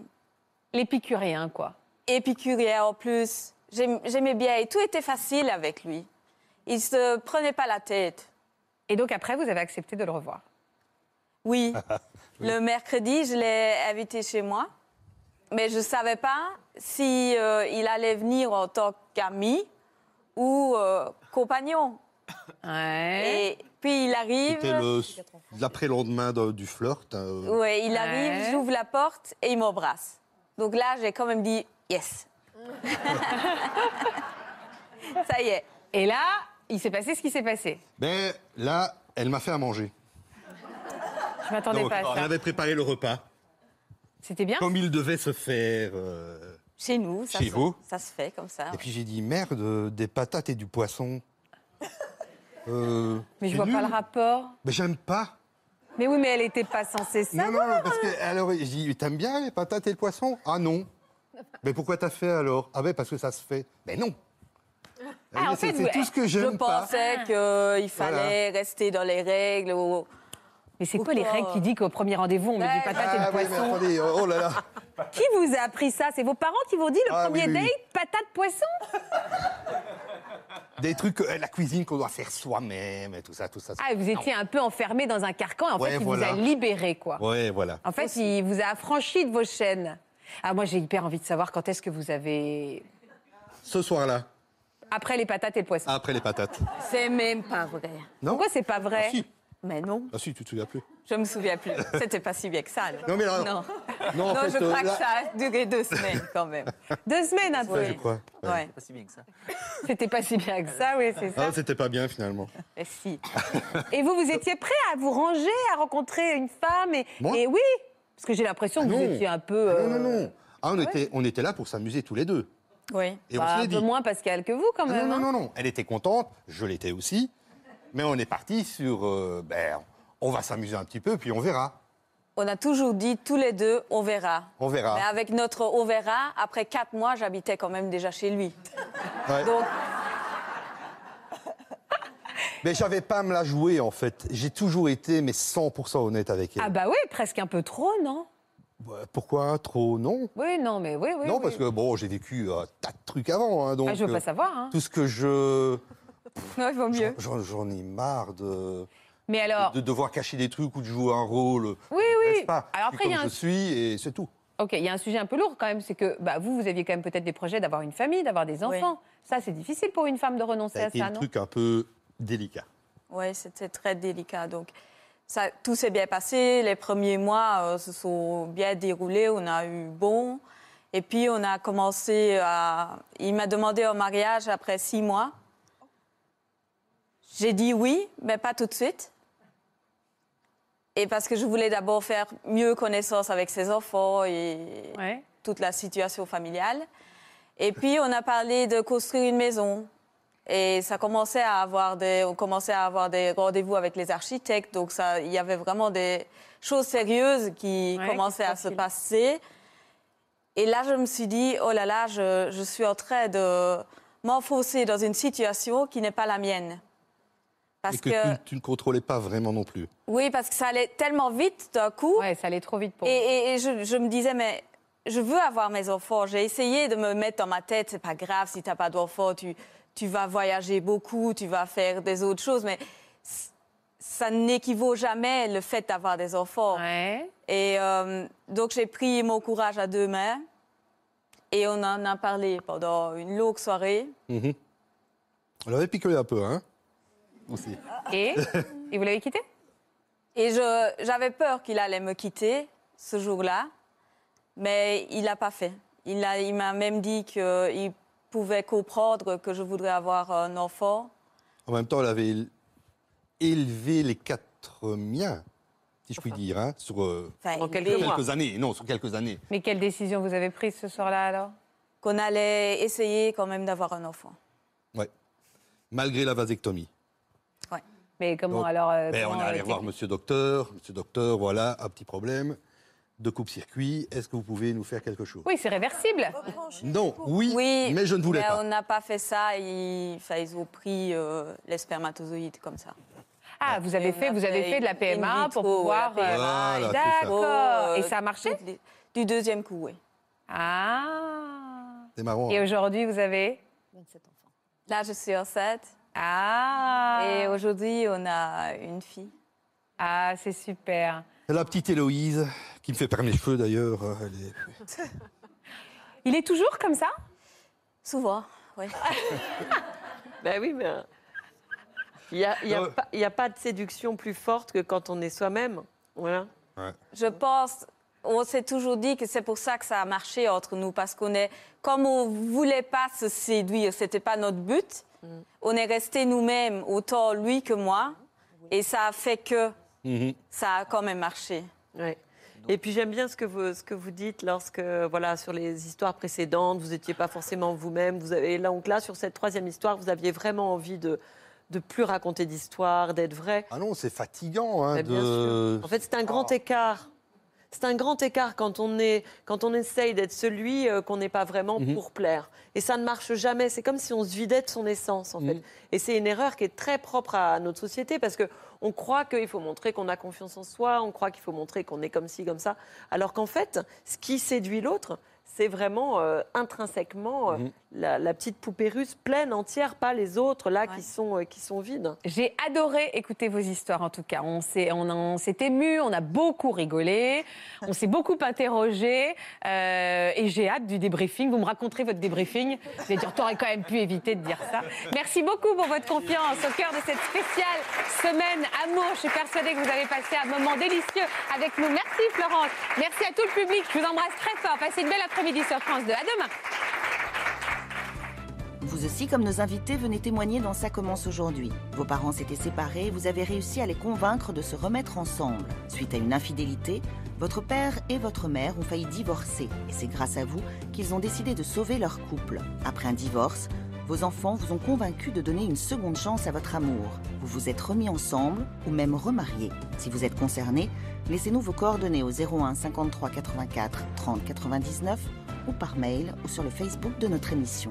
L'épicurien, quoi. épicurien en plus. J'aime- J'aimais bien et tout était facile avec lui. Il se prenait pas la tête. Et donc après, vous avez accepté de le revoir. Oui. Le mercredi, je l'ai invité chez moi, mais je savais pas si euh, il allait venir en tant qu'ami ou euh, compagnon. Ouais. Et puis il arrive. C'était le- l'après-lendemain de- du flirt. euh, Ouais, il arrive, Ouais. j'ouvre la porte et il m'embrasse. Donc là, j'ai quand même dit yes. Ça y est. Et là, il s'est passé ce qui s'est passé. Mais Ben, là, elle m'a fait à manger. Je m'attendais Donc, pas à elle ça. avait préparé le repas, C'était bien comme il devait se faire. euh, Chez nous, ça, Chez se, vous ça se fait comme ça. Et puis j'ai dit merde, euh, des patates et du poisson. Euh, Mais je c'est vois pas nul. le rapport. Mais j'aime pas. Mais oui, mais elle n'était pas censée hein. ça. Non, non, parce que alors j'ai dit t'aimes bien les patates et le poisson Ah non. Mais pourquoi t'as fait alors Ah ben parce que ça se fait. Mais non. Ah, en c'est fait, c'est vous- tout ce que j'aime pas. eh, pensais qu'il fallait rester dans les règles. Ou... Mais c'est quoi les Pourquoi règles qui dit qu'au premier rendez-vous, on met du Oh Ouais, patate et du Ah oui, mais poisson attendez, oh là là. Qui vous a appris ça C'est vos parents qui vous ont dit le Ah, premier oui, oui, oui. date, patate, poisson Des trucs, que- la cuisine qu'on doit faire soi-même et tout ça, tout ça. Ah, vous étiez un peu enfermé dans un carcan, et en Ouais, fait, il voilà. vous a libéré, quoi. Ouais, voilà. En fait, il vous a affranchi de vos chaînes. Ah, moi, j'ai hyper envie de savoir quand est-ce que vous avez... Ce soir-là, Après les patates et le poisson. après les patates. C'est même pas vrai. Non Pourquoi c'est pas vrai Ah si, Mais non, ah si, tu te souviens plus. je me souviens plus. C'était pas si bien que ça. alors. Non, mais là- Non, Non, en Non, fait, je euh, crois là- que ça a duré deux semaines quand même. Deux semaines, un peu. Ouais, je crois. Ouais. Ouais. Pas si bien que ça. C'était pas si bien que ça, oui, c'est ça. Ah, c'était pas bien finalement. Mais si. Eh, Et vous, vous étiez prêt à vous ranger, à rencontrer une femme et, Moi Ah et oui Parce que j'ai l'impression que vous non. étiez un peu... Non, non, euh, non. Ah, on, était, on était là pour s'amuser tous les deux. Oui. Et bah, on se un l'est peu dit. moins Pascal que vous, quand Ah, même. non, hein. non, non, non. Elle était contente, je l'étais aussi. Mais on est parti sur. euh, ben, on va s'amuser un petit peu, puis on verra. On a toujours dit tous les deux, on verra. On verra. Mais avec notre on verra, après quatre mois, j'habitais quand même déjà chez lui. Ouais. Donc, Mais j'avais pas à me la jouer, en fait. J'ai toujours été, mais 100% honnête avec elle. Ah bah oui, presque un peu trop, non Ouais, Pourquoi Trop Non. Oui, non, mais oui, oui. non, oui. parce que, bon, j'ai vécu un tas de trucs avant. hein, donc, Ah, je veux euh, pas savoir. hein. Tout ce que je. non, il vaut mieux. J'en j'en ai marre de, Mais alors, de devoir cacher des trucs ou de jouer un rôle. oui, Je oui. reste pas. Alors Je après, suis il y a comme un, je suis et c'est tout. ok, il y a un sujet un peu lourd quand même, c'est que bah, vous, vous aviez quand même peut-être des projets d'avoir une famille, d'avoir des Oui. enfants. Ça, c'est difficile pour une femme de renoncer Ça a à été ça, un non truc un peu délicat. Oui, c'était très délicat. Donc, ça, tout s'est bien passé. Les premiers mois euh, se sont bien déroulés. On a eu bon. Et puis, on a commencé à. Il m'a demandé en mariage après six mois. J'ai dit oui, mais pas tout de suite. Et parce que je voulais d'abord faire mieux connaissance avec ses enfants et Ouais. toute la situation familiale. Et puis, on a parlé de construire une maison. Et ça commençait à avoir des, on commençait à avoir des rendez-vous avec les architectes. Donc, ça, il y avait vraiment des choses sérieuses qui Ouais, commençaient qui se à se profilent. passer. Et là, je me suis dit, oh là là, je, je suis en train de m'enfoncer dans une situation qui n'est pas la mienne. Parce et que, tu, tu ne contrôlais pas vraiment non plus. oui, parce que ça allait tellement vite d'un coup. Ouais, ça allait trop vite pour Et, vous. et- et je, je me disais, mais je veux avoir mes enfants. J'ai essayé de me mettre dans ma tête, c'est pas grave si t'as pas d'enfants, tu, tu vas voyager beaucoup, tu vas faire des autres choses, mais c- ça n'équivaut jamais le fait d'avoir des enfants. Ouais. Et euh, donc j'ai pris mon courage à deux mains et on en a parlé pendant une longue soirée. On l'avait picolé un peu, hein Aussi. Et, et vous l'avez quitté Et je- j'avais peur qu'il allait me quitter ce jour-là, mais il l'a pas fait. Il a- il m'a même dit qu'il pouvait comprendre que je voudrais avoir un enfant. En même temps, elle avait él- élevé les quatre miens, si je puis dire, hein, sur euh, Enfin, En il quelques est- mois. quelques années. Non, sur quelques années. Mais quelle décision vous avez prise ce soir-là alors Qu'on allait essayer quand même d'avoir un enfant. Malgré la vasectomie. Mais comment Donc, alors euh, Ben, on comment, est euh, allé t'es- voir Monsieur Docteur. Monsieur Docteur, voilà, un petit problème de coupe-circuit. Est-ce que vous pouvez nous faire quelque chose Oui, c'est réversible. Non, oui, Oui, mais je ne voulais mais pas. on n'a pas fait ça. Ils, enfin, ils ont pris euh, les spermatozoïdes comme ça. Ah, vous avez Et on fait, a vous avez fait de la in PMA pour vitro, pouvoir. la PMA, euh, Voilà, et c'est ça. D'accord. Et ça a marché toutes les- Du deuxième coup, oui. Ah. C'est marrant. hein. Et aujourd'hui, vous avez 27 enfants. Là, je suis enceinte. Ah. Et aujourd'hui, on a une fille. Ah, c'est super. La petite Héloïse, qui me fait perdre mes cheveux d'ailleurs. euh, elle est- Il est toujours comme ça Souvent, oui. Ben oui, mais. euh, Il n'y a, il y a Non. pas- il y a pas de séduction plus forte que quand on est soi-même. Voilà. Je pense, on s'est toujours dit que c'est pour ça que ça a marché entre nous, parce qu'on est, comme on voulait pas se séduire, c'était pas notre but, on est resté nous-mêmes, autant lui que moi, et ça a fait que Mhm. ça a quand même marché. Ouais. Et puis j'aime bien ce que vous ce que vous dites lorsque voilà sur les histoires précédentes vous n'étiez pas forcément vous-même vous avez là donc là sur cette troisième histoire vous aviez vraiment envie de de plus raconter d'histoire d'être vrai Ah non, c'est fatigant. hein, Bah, bien de... Ah. en fait c'est un grand écart C'est un grand écart quand on, est, quand on essaye d'être celui euh, qu'on n'est pas vraiment Mhm. pour plaire. Et ça ne marche jamais. C'est comme si on se vidait de son essence, en fait. Mhm. Et c'est une erreur qui est très propre à notre société parce que on croit qu'il faut montrer qu'on a confiance en soi, on croit qu'il faut montrer qu'on est comme ci, comme ça. Alors qu'en fait, ce qui séduit l'autre, c'est vraiment euh, intrinsèquement euh, Mhm. la, la petite poupée russe pleine, entière, pas les autres là qui, sont, euh, qui sont vides. J'ai adoré écouter vos histoires en tout cas. On s'est, on, a- on s'est ému, on a beaucoup rigolé, on s'est beaucoup interrogé euh, et j'ai hâte du débriefing. Vous me raconterez votre débriefing. Vous allez dire, t'aurais quand même pu éviter de dire ça. Merci beaucoup pour votre confiance au cœur de cette spéciale semaine amour. Je suis persuadée que vous avez passé un moment délicieux avec nous. Merci Florence. Merci à tout le public. Je vous embrasse très fort. Passez une belle après-midi sur France 2. À demain. Vous aussi, comme nos invités, venez témoigner dans Ça commence aujourd'hui. Vos parents s'étaient séparés, vous avez réussi à les convaincre de se remettre ensemble. Suite à une infidélité, votre père et votre mère ont failli divorcer. Et c'est grâce à vous qu'ils ont décidé de sauver leur couple. Après un divorce, vos enfants vous ont convaincu de donner une seconde chance à votre amour. Vous vous êtes remis ensemble ou même remariés. Si vous êtes concerné, laissez-nous vos coordonnées au 01 53 84 30 99 ou par mail ou sur le Facebook de notre émission.